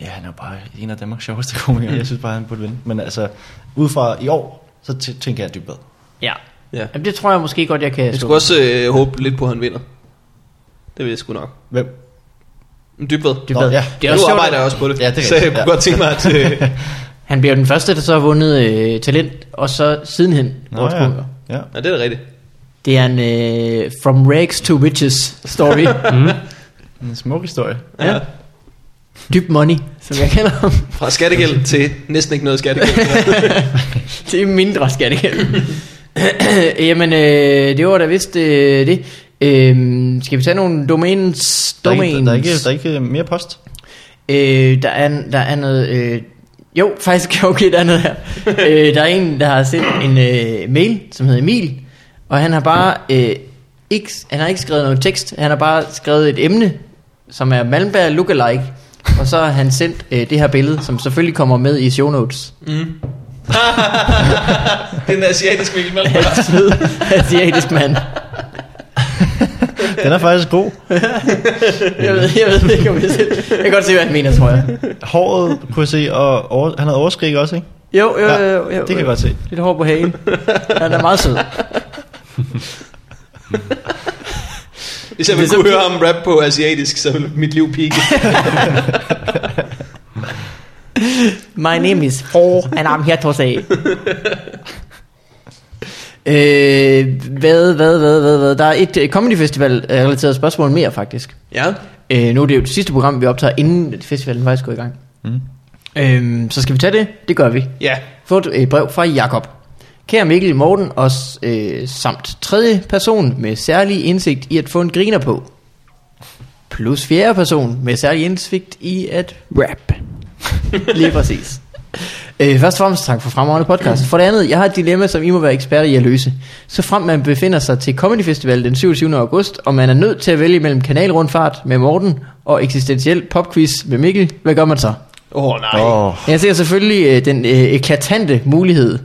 S2: ja, han er jo bare en af Danmarks sjoveste komikere. Jeg synes bare, han burde vinde. Men altså, ud fra i år, så tæ- tænker jeg dybt bedre.
S4: ja.
S1: Ja.
S4: Jamen, det tror jeg måske godt, jeg kan
S1: Jeg
S4: stå
S1: skulle også øh, håbe lidt på, at han vinder. Det vil jeg sgu nok.
S2: Hvem?
S1: Men Dybved.
S4: Dybvad.
S2: Nå, ja.
S4: Det
S1: Det
S4: er
S1: er
S4: også
S1: nu
S4: sjovt,
S1: arbejder
S4: at-
S1: jeg også på det,
S2: Ja, det er
S1: så jeg
S2: rigtigt,
S1: kunne
S2: ja.
S1: godt tænke mig, at... Øh,
S4: Han bliver den første, der så har vundet øh, talent, og så sidenhen Nå,
S2: ja.
S4: ja.
S2: ja.
S1: ja, det er da rigtigt.
S4: Det er en øh, From Rags to Riches story.
S2: En smuk historie.
S1: Ja.
S4: Ja. Dyb money, som jeg kalder ham.
S1: Fra skattegæld til næsten ikke noget skattegæld.
S4: Det er mindre, skal det Jamen, øh, det var da vist øh, det. Øh, skal vi tage nogle domains?
S2: Der er, ikke,
S4: domains?
S2: der, er ikke, der er ikke mere post.
S4: Øh, der, er, der er noget... Øh, jo, faktisk, okay, der er noget her. øh, der er en, der har sendt en øh, mail, som hedder Emil, og han har bare øh, ikke, han har ikke skrevet noget tekst, han har bare skrevet et emne, som er Malmberg lookalike, og så har han sendt øh, det her billede, som selvfølgelig kommer med i show notes.
S1: Mm. Den asiatiske Mikkel Malmberg.
S4: Altid asiatisk mand.
S2: Den er faktisk god.
S4: Jeg ved, jeg ved ikke, om jeg selv... Jeg kan godt se, hvad han mener, tror jeg.
S2: Håret kunne jeg se, og over, han havde overskrig også, ikke?
S4: Jo, jo,
S2: Ja,
S4: Øh, jo, jo, jo.
S2: Det kan jeg godt se.
S4: Lidt hår på hagen. Han er meget sød.
S1: Hvis jeg ville
S4: Det er
S1: kunne
S4: så-
S1: høre ham rap på asiatisk, så ville mit liv pike.
S4: My name is Ho, and I'm here to say. øh, hvad, hvad, hvad, hvad, hvad? Der er et øh, Comedy Festival-relateret spørgsmål mere, faktisk.
S1: Ja.
S4: Øh, nu er det jo det sidste program, vi optager, inden festivalen faktisk går i gang. Mm. Øhm, så skal vi tage det? Det gør vi.
S1: Ja,
S4: Få et øh, brev fra Jakob. Kære Mikkel, Morten og s- øh, samt tredje person med særlig indsigt i at få en griner på. Plus fjerde person med særlig indsigt i at rap. Lige præcis. Øh, først og fremmest tak for fremragende podcast. For det andet, jeg har et dilemma, som I må være eksperter i at løse. Så frem man befinder sig til Comedy Festival den 27. august, og man er nødt til at vælge mellem kanalrundfart med Morten og eksistentiel popquiz med Mikkel, hvad gør man så?
S1: åh oh, nej. Oh.
S2: Åh, oh,
S4: Jeg ser selvfølgelig øh, den øh, eklatante mulighed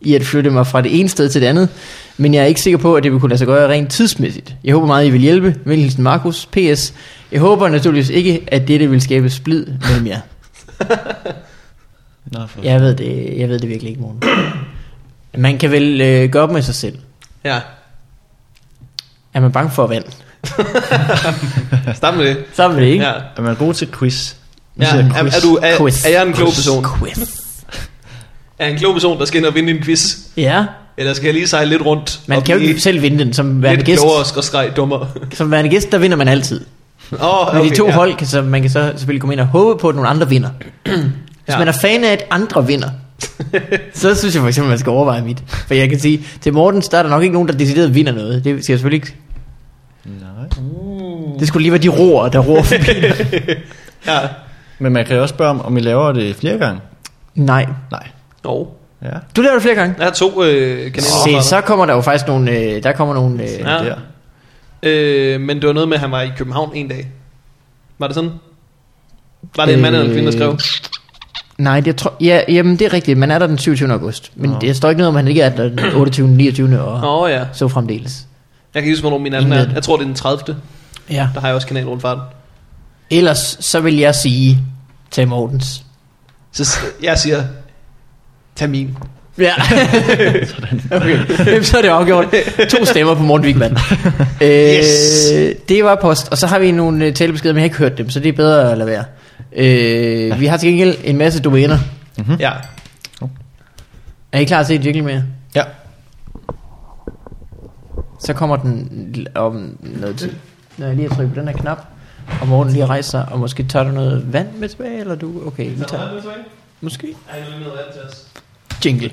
S4: i at flytte mig fra det ene sted til det andet, men jeg er ikke sikker på, at det vil kunne lade sig gøre rent tidsmæssigt. Jeg håber meget, I vil hjælpe. Velhilsen Markus, PS. Jeg håber naturligvis ikke, at dette vil skabe splid mellem jer.
S2: Nå, for...
S4: Jeg ved det, jeg ved det virkelig ikke, morgen. Man kan vel øh, gøre op med sig selv.
S1: Ja,
S4: Er man bange for vand?
S1: start med det.
S4: Så er man det ikke.
S1: Ja.
S2: Er man god til quiz? Nu
S1: Ja,
S2: siger jeg
S1: er,
S2: quiz.
S1: er, du, er,
S4: Quiz.
S1: er jeg en klog person?
S4: Quiz.
S1: Er jeg en klog person, der skal ind og vinde en quiz?
S4: Ja,
S1: Eller skal jeg lige sejle lidt rundt?
S4: man
S1: og
S4: kan jo
S1: blive
S4: ikke selv vinde den. Som værende
S1: lidt
S4: gæst,
S1: klogere og skreg dummere.
S4: som værende gæst, der vinder man altid.
S1: oh,
S4: Men de to ja. hold, kan så, man kan så selvfølgelig komme ind og håbe på, at nogle andre vinder. Hvis
S1: Ja.
S4: ja. man er fan af, at andre vinder, så synes jeg for eksempel, man skal overveje mit. For jeg kan sige, til Mortens, der er der nok ikke nogen, der decideret vinder noget. Det skal jeg selvfølgelig ikke.
S2: Nej.
S4: Det skulle lige være de roer, der roer forbi.
S1: Ja.
S2: Men man kan jo også spørge, om- om I laver det flere gange?
S4: Nej.
S2: Nej.
S1: Nå.
S2: Ja,
S4: Du laver det flere gange.
S1: Jeg har to øh, kanaler.
S4: Se, så kommer der jo faktisk nogle... Øh, der kommer nogle... Øh,
S1: Ja.
S2: ja. der.
S1: Øh, men det var noget med, at han var i København en dag. Var det sådan? Var det en mand eller en kvinde, der skrev?
S4: Øh, nej, det, jeg tror, ja, jamen, det er rigtigt. Man er der den 27. august. Men det jeg står ikke noget om, at han ikke er der den 28. 29. og
S1: Åh oh, ja.
S4: så fremdeles.
S1: Jeg kan ikke huske, hvornår min anden
S4: Ingen ved
S1: er.
S4: det.
S1: Jeg tror, det er den 30.
S4: Ja.
S1: Der har jeg også kanalrundfarten.
S4: Ellers så vil jeg sige til Mortens.
S1: Så s- jeg siger, tag min.
S4: Ja. okay. Jamen, Så er det afgjort. To stemmer på Morten Wigman. Øh,
S1: Yes.
S4: Det var post. Og så har vi nogle øh, talebeskeder, men jeg har ikke hørt dem, så det er bedre at lade være. Øh, vi har til gengæld en masse domæner.
S1: Mm. Ja.
S4: Er I klar til et jingle mere?
S2: Ja.
S4: Så kommer den l- om noget tid. Når jeg lige har trykket på den her knap, og Morten lige rejser sig, og måske tager du noget vand med tilbage, eller du... Okay, vi tager... Måske. Jingle.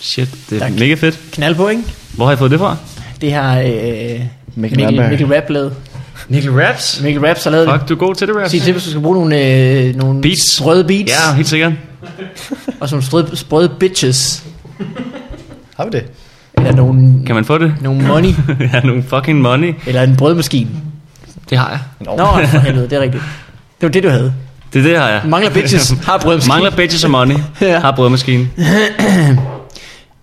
S3: Shit, det er
S4: Tak.
S3: mega fedt.
S4: Knald på, ikke?
S3: Hvor har I fået det fra?
S4: Det har øh,
S2: Mikkel
S4: Mikkel,
S2: Wernberg.
S4: Mikkel Rapp lavet.
S3: Nickel Raps.
S4: Mikkel Raps har lavet det.
S3: Fuck, du er god til det, Raps.
S4: Sig til, hvis du skal bruge nogle, øh, nogle
S3: Beats.
S4: sprøde beats
S3: Ja, helt sikkert.
S4: og sådan nogle sprøde, sprøde bitches.
S2: Har vi det?
S4: Eller nogle,
S3: Kan man få det?
S4: nogle money.
S3: ja, nogle fucking money.
S4: eller en brødmaskine.
S3: Det har jeg.
S4: Nå, for helvede, det er rigtigt. Det var det, du havde.
S3: Det er det, har jeg.
S4: Mangler bitches, har brødmaskine.
S3: Mangler bitches og money.
S4: Ja.
S3: Har brødmaskinen.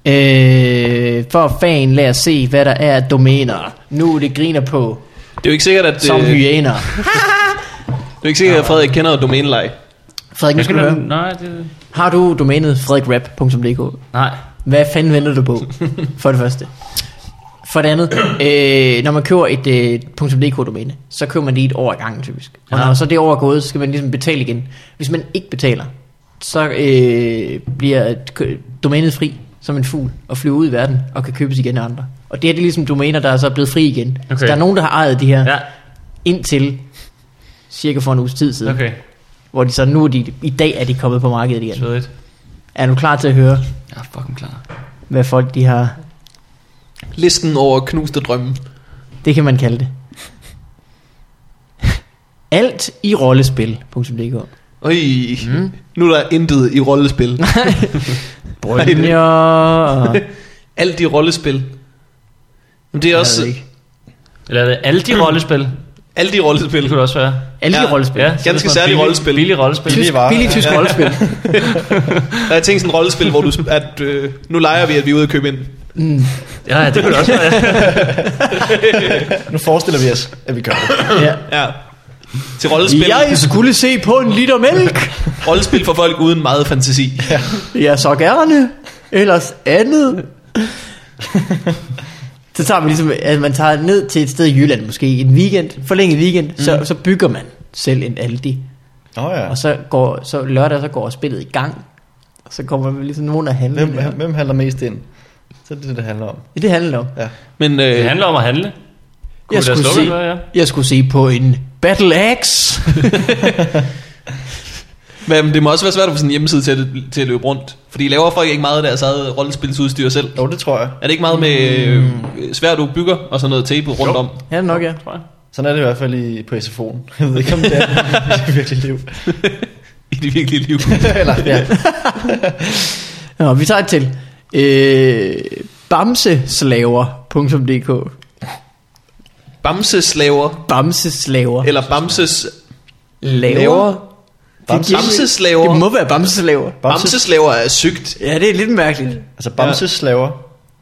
S4: Øh, for fan, lad os se, hvad der er af domæner. Nu er det griner på,
S1: Det er jo ikke sikkert, at,
S4: som
S1: øh, det
S4: hyæner.
S1: er jo ikke sikkert, at Frederik kender domænelej.
S4: Frederik, nu
S3: Jeg
S4: skal
S3: skal
S4: du
S3: da...
S4: høre.
S3: Nej, det...
S4: Har du domænet frederikrap.dk?
S3: Nej.
S4: Hvad fanden venter du på? For det første. For det andet, øh, når man køber et øh, .dk-domæne, så køber man lige et år ad gangen typisk. Og
S3: Ja.
S4: når så det år er gået, så skal man ligesom betale igen. Hvis man ikke betaler, så øh, bliver et kø- domænet fri som en fugl og flyver ud i verden og kan købes igen af andre. Og det her det er ligesom domæner, der er så blevet fri igen. Okay. Så
S3: Okay.
S4: der er nogen, der har ejet de her ja.
S3: Ja,
S4: indtil cirka for en uges tid siden.
S3: okay.
S4: Hvor de så nu er de, i dag er de kommet på markedet igen.
S3: Svedigt.
S4: Er du klar til at høre,
S3: Jeg er fucking klar.
S4: hvad folk de har
S1: Listen over knuste drømme.
S4: Det kan man kalde det. Alt i rollespil.dk
S1: Øj, mm. nu er der intet i rollespil.
S4: Brynjer og...
S1: Alt i rollespil. Men det er
S4: Jeg ved
S1: også...
S4: ikke.
S3: Eller er det alle de rollespil?
S1: Alt i rollespil.
S3: Det kunne det også være.
S4: Alle de
S1: Ja.
S4: rollespil.
S3: Ja,
S4: Ja.
S3: så hvis man
S1: særlige
S3: billig-
S1: rollespil.
S3: Billige rollespil.
S4: Tysk,
S2: varer.
S4: billig tysk rollespil.
S1: Der er tænkt sådan et rollespil, hvor du... At, øh, nu leger vi, at vi er ude at købe ind.
S3: Ja, ja, det kunne det også være. ja.
S2: Nu forestiller vi os, at vi gør det.
S4: Ja.
S1: Ja. Til rollespil.
S4: Jeg skulle se på en liter mælk.
S1: Rollespil for folk uden meget fantasi.
S4: Ja, så gerne. Ellers andet. Så tager man ligesom, at man tager ned til et sted i Jylland, måske en weekend, forlænget weekend, mm. så, så bygger man selv en Aldi.
S2: Åh oh, ja.
S4: Og så, går, så lørdag, så går spillet i gang. Og så kommer man ligesom nogen at handle.
S2: Hvem,
S4: der.
S2: hvem handler mest ind? Så er det det, det handler om.
S4: Ja, det handler det om.
S2: Ja.
S1: Men øh,
S3: Det handler om at handle.
S4: Jeg
S3: vi da
S4: skulle,
S3: slukke
S4: se,
S3: for, ja?
S4: jeg skulle se på en Battle Axe.
S1: hvad- men det må også være svært at få sådan en hjemmeside til at, til at løbe rundt. Fordi laver folk ikke meget af deres eget rollespilsudstyr selv?
S2: Jo, det tror jeg.
S1: Er det ikke meget med øh, svært, du bygger og sådan noget tape rundt
S2: Jo.
S1: om?
S4: Ja, det er nok ja.
S3: Tror jeg.
S2: Sådan er det i hvert fald i, på SFO'en. Jeg ved ikke, om det er i det virkelige liv.
S1: I det virkelige liv.
S2: Eller, ja.
S4: Nå, vi tager et til. Øh, bamseslaver.dk
S1: Bamseslaver.
S4: Bamseslaver.
S1: Eller Bamses...
S4: Laver.
S2: Bamse-
S1: Bamseslaver.
S4: Det må være bamseslaver.
S2: Bamse,
S1: Bamseslaver er sygt.
S4: Ja, det er lidt mærkeligt.
S2: altså bamseslaver.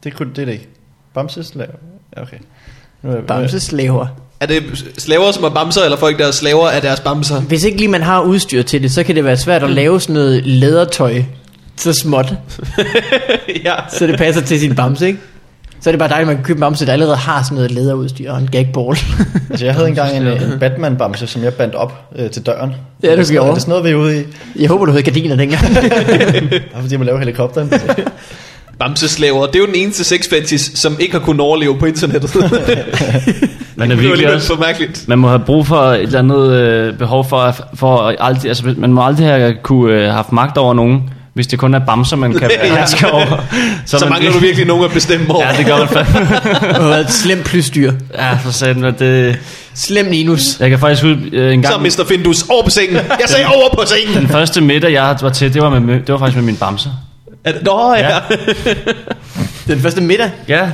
S2: Det, kunne, det er det ikke. Bamseslaver. Ja, okay. Nu er jeg,
S4: Bamseslaver.
S1: Er det slaver, som er bamser, eller folk, der er slaver af deres bamser?
S4: Hvis ikke lige man har udstyr til det, så kan det være svært at lave sådan noget lædertøj så småt,
S1: ja.
S4: så det passer til sin bamse, ikke? Så er det bare dejligt, at man kan købe en bamse, der allerede har sådan noget læderudstyr og en gagball.
S2: Altså, jeg havde engang en, en Batman-bamse, som jeg bandt op øh, til døren.
S4: det
S2: Er
S4: gjorde.
S2: Er det sådan noget, vi er ude i?
S4: Jeg håber, du havde gardiner dengang.
S2: Bare fordi man laver helikopteren.
S1: Bamseslaver. Det er jo den eneste sex fetish, som ikke har kunnet overleve på internettet. det
S3: Man
S1: er
S3: er
S1: jo
S3: virkelig
S1: lidt
S3: også...
S1: for mærkeligt.
S3: Man må have brug for et eller andet øh, behov for, at- for at aldrig, altså, man må aldrig have kunne øh, haft magt over nogen, hvis det kun er bamser, man kan
S1: Ja.
S3: herske over.
S1: Så, så
S3: man
S1: mangler du virkelig nogen at bestemme over.
S3: Ja, det gør man fandme.
S4: Det var et slemt plysdyr.
S3: Ja, for satan, men det...
S4: Slem Ninus.
S3: Jeg kan faktisk ud øh, en
S1: Så
S3: gang...
S1: Mr. Findus over på sengen. Jeg sagde over på sengen.
S3: Den første middag, jeg var til, det var, med, det var faktisk med min bamser.
S1: Er det- Nå ja.
S3: Ja.
S4: Den første middag.
S3: Ja, det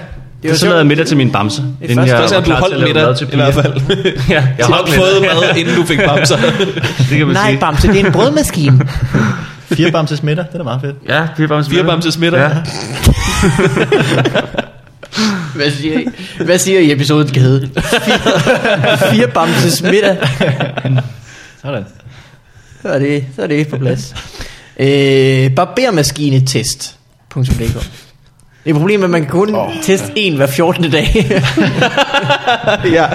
S4: var
S3: var så lavede jeg
S4: sjovt.
S3: middag til min bamse. inden
S4: første-
S3: jeg
S1: Først
S3: var
S1: er du
S3: klar til
S1: holdt
S3: at lave mad
S1: middag,
S3: til
S1: i
S3: piger.
S1: hvert fald.
S3: Ja, jeg
S1: Du har
S3: holdt
S1: fået
S3: middag.
S1: mad, inden du fik bamser.
S3: Det kan man
S4: Nej,
S3: sige.
S4: Bamse, det er en brødmaskine.
S2: Fire bamses middag, det er da meget fedt.
S3: Ja, fire bamser.
S1: Fire bamses middag.
S3: Ja.
S4: Hvad siger I? Hvad siger I episoden skal hedde? Fire, fire Bamses middag.
S2: Sådan.
S4: Så er det, så er det på plads. Øh, barbermaskinetest.dk Det er problemet, at man kan kun oh, teste en hver 14. dag.
S1: ja.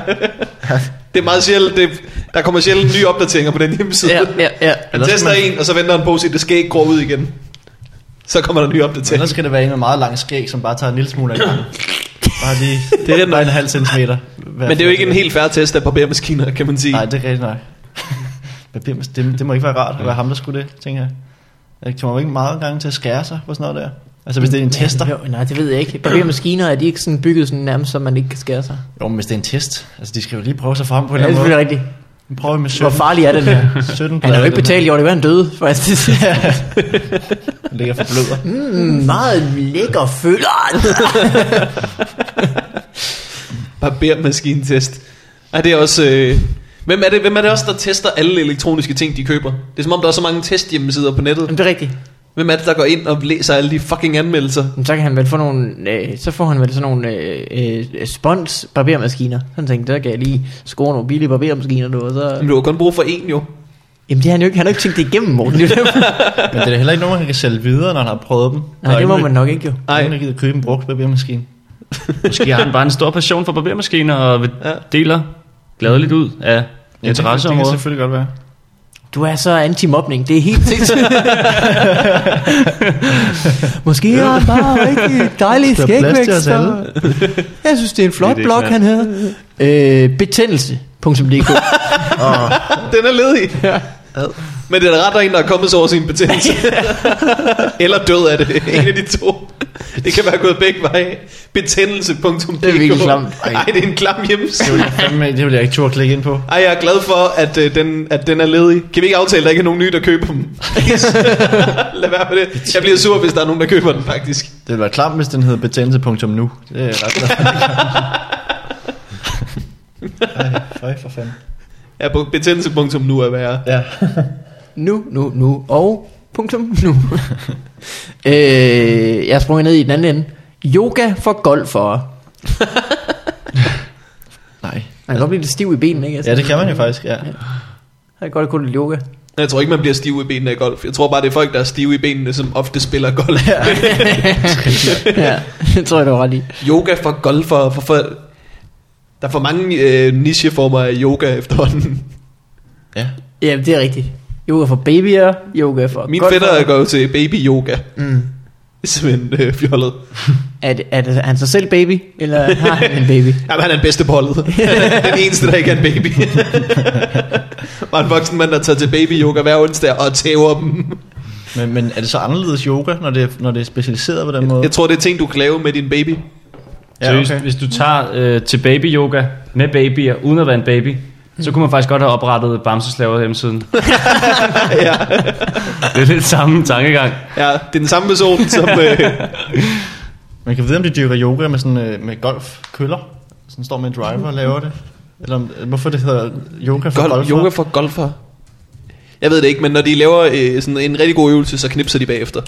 S1: Det er meget sjældent. Det, der kommer sjældent nye opdateringer på den hjemmeside. Ja.
S4: ja, ja.
S1: Man tester en, og så venter en pose, i, det skal ikke grå ud igen. Så kommer der nye opdateringer.
S2: Ellers skal det være en med meget lang skæg, som bare tager en lille smule af gangen. Bare lige,
S1: Det er
S2: det
S1: det
S2: er bare en halv centimeter.
S1: Men det er jo ikke en helt færre test af barbermaskiner, kan man sige.
S2: Nej, det er rigtigt nok. Men det, det, det må ikke være rart at være ham, der skulle det, tænker jeg. Det kommer jo ikke meget gange til at skære sig på sådan noget der. Altså hvis det er en tester.
S4: Jo, nej, det ved jeg ikke. Barbermaskiner, er de ikke sådan bygget sådan nærmest, så man ikke kan skære sig?
S2: Jo, men hvis det er en test. Altså de skal jo lige prøve sig frem på en
S4: Ja,
S2: eller
S4: det er
S2: anden måde.
S4: selvfølgelig rigtigt.
S2: Nu prøver vi med
S4: Hvor
S2: 17.
S4: farlig er den her?
S2: 17
S4: Han har jo
S2: blade,
S4: ikke
S2: den
S4: betalt i år, det var han døde, faktisk.
S2: her. Den ligger for bløder.
S4: Mm, meget lækker følger.
S1: Barbermaskinetest. Er det også... Øh... Hvem er det, hvem er det også, der tester alle elektroniske ting, de køber? Det er som om, der er så mange testhjemmesider på nettet.
S4: Jamen, det er rigtigt.
S1: Hvem er det, der går ind og læser alle de fucking anmeldelser?
S4: Men så kan han vel få nogle, øh, så får han vel sådan nogle øh, øh, spons barbermaskiner. Sådan tænkte, der kan jeg lige score nogle billige barbermaskiner nu, og så...
S1: Men du har kun brug for én jo.
S4: Jamen det har han jo ikke, han har jo ikke tænkt det igennem, Morten. Det er jo derfor.
S2: Men det er da heller ikke nogen, han kan sælge videre, når han har prøvet dem.
S4: Nej, det må man nok ikke jo.
S2: Nej.
S1: Nej.
S2: Nogen, der gider købe en brugt barbermaskine.
S3: Måske har han bare en stor passion for barbermaskiner og ja. deler gladeligt ud af
S2: det, det kan
S3: interesseområdet.
S2: selvfølgelig godt være.
S4: Du er så anti-mobning, det er helt sindssygt. Måske har han bare rigtig dejlig
S2: Der er plads til os
S4: skægvækst. og-
S2: alle.
S4: Jeg synes, det er en flot
S3: Det er det
S4: blog,
S3: ikke,
S4: han havde. Øh, betændelse.dk
S1: Den er ledig. Ja. Men det er da ret, der er en, der er kommet sig over sin betændelse. Eller død af det. En af de to. Det kan være gået begge veje. Betændelse.dk
S4: Det er virkelig klamt.
S1: Nej, det er en klam hjemmeside.
S2: Det vil jeg, fandme, det vil jeg ikke turde at klikke ind på.
S1: Ej, jeg er glad for, at, øh, den, at den er ledig. Kan vi ikke aftale, at der ikke er nogen nye, der køber dem? Lad være med det. Jeg bliver sur, hvis der er nogen, der køber den, faktisk.
S2: Det ville være klamt, hvis den hedder betændelse.nu. Det er jeg ret glad. for. Ej, føj for fanden.
S1: Ja, på betændelse.nu er værre.
S2: Ja.
S4: Nu, nu, nu og punktum nu. øh, jeg sprang ned i den anden ende. Yoga for golfere.
S2: Nej.
S4: Man kan godt blive lidt stiv i benene, ikke?
S2: Ja, det kan man jo faktisk, ja.
S4: Det er godt at kunne lidt yoga.
S1: Jeg tror ikke, man bliver stiv i benene af golf. Jeg tror bare, det er folk, der er stive i benene, som ofte spiller golf.
S4: ja, det tror jeg, du har ret i.
S1: yoga for golfere. For, for, der er for mange øh, nicheformer af yoga efterhånden.
S2: Ja.
S4: Ja, det er rigtigt. Yoga for babyer, yoga for
S1: Min
S4: golfere.
S1: fætter går jo til baby yoga.
S4: Mm.
S1: Det er simpelthen øh, fjollet.
S4: Er, det, er, det, er han så selv baby, eller har han en baby?
S1: Jamen, han er den bedste på holdet. den eneste, der ikke er en baby. Bare en voksen mand, der tager til baby yoga hver onsdag og tæver dem.
S2: Men, men er det så anderledes yoga, når det, er- når det er specialiseret på den måde?
S1: Jeg tror, det er ting, du kan lave med din baby.
S2: Ja,
S3: Ja, okay.
S2: okay.
S3: hvis, hvis du tager øh, til baby yoga med babyer, uden at være en baby, så kunne man faktisk godt have oprettet Bamseslaver hjemmesiden.
S1: ja,
S3: Det er lidt samme tankegang.
S1: ja, det er den samme person, som... Øh,
S2: Man kan vide, om de dyrker yoga med, sådan, øh, med golfkøller. Sådan står med en driver og laver det. Eller om, øh, hvorfor det hedder yoga for
S1: Gol-
S2: golfer.
S1: yoga for golfer. Jeg ved det ikke, men når de laver øh, sådan en rigtig god øvelse, så knipser de bagefter.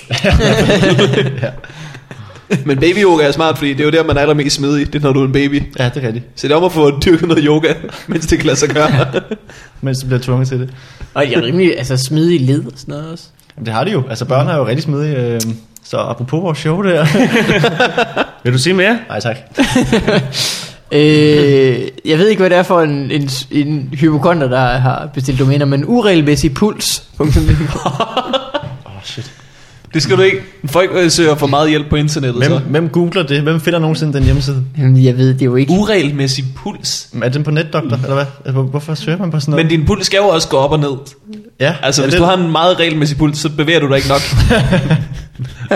S1: men baby yoga er smart, fordi det er jo der, man er allermest smidig, det er, når du er en baby.
S2: Ja, det er rigtigt.
S1: Så det er om at få dyrket noget yoga, mens det kan lade sig gøre.
S2: Mens du bliver tvunget til det.
S4: Og jeg er rimelig altså, smidig led og sådan noget også.
S2: Jamen, det har de jo. Altså, børn er jo rigtig smidige. Øh, så apropos vores show der.
S3: Vil du sige mere?
S2: Nej, tak.
S4: Øh, jeg ved ikke, hvad det er for en, en, en hypokonter, der har bestilt domæner, men uregelmæssig puls.
S1: det skal du ikke. Folk øh, søger for meget hjælp på internettet.
S2: Hvem,
S1: Så.
S2: hvem googler det? Hvem finder nogensinde den hjemmeside?
S4: Jamen, jeg ved det jo ikke.
S1: Uregelmæssig puls.
S2: Er den på netdoktor, eller hvad? Altså, hvor- Hvorfor søger man på sådan noget?
S1: Mm. Men din puls skal jo også gå op og ned.
S2: ja,
S1: Altså,
S2: er
S1: hvis
S2: det,
S1: du har en meget regelmæssig puls, så bevæger du dig ikke nok.
S4: Han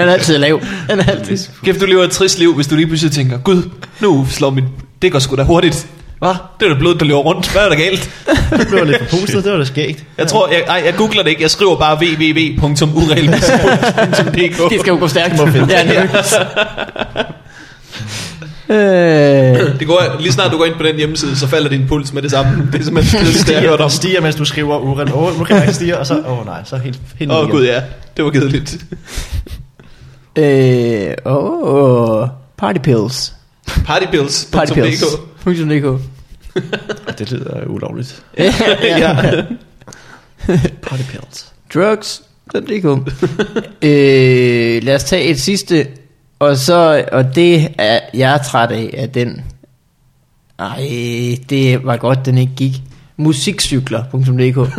S4: er altid lav. Han er altid...
S1: Kæft, du lever et trist liv, hvis du lige pludselig tænker, Gud, nu slår min... Det går sgu da hurtigt. Hvad? Det er da blod, der løber rundt. Hvad er der galt?
S2: det blev jeg lidt forpustet, det var da skægt.
S1: Jeg tror, jeg, ej, jeg googler det ikke. Jeg skriver bare www.uregelmæssigt.dk.
S4: Det skal jo gå stærkt.
S2: Det må finde.
S4: Ja, det er- øh,
S1: Det går, lige snart du går ind på den hjemmeside, så falder din puls med det samme. Det er simpelthen det, bedste, jeg har hørt
S2: Stiger,
S1: om.
S2: stiger, mens du skriver uren. Åh, oh, nu kan jeg ikke stige, og så... Åh oh, nej, så helt, helt
S1: Åh
S2: ned
S1: oh,
S2: igen.
S1: gud ja, det var kedeligt.
S4: øh, oh, partypills.
S1: Partypills.dk
S4: Partypills. .dk.
S2: Det lyder ulovligt.
S1: ja.
S2: Party pills.
S4: Drugs. .dk. øh, lad os tage et sidste. Og så, og det er jeg er træt af, at den... Ej, det var godt, den ikke gik. Musikcykler.dk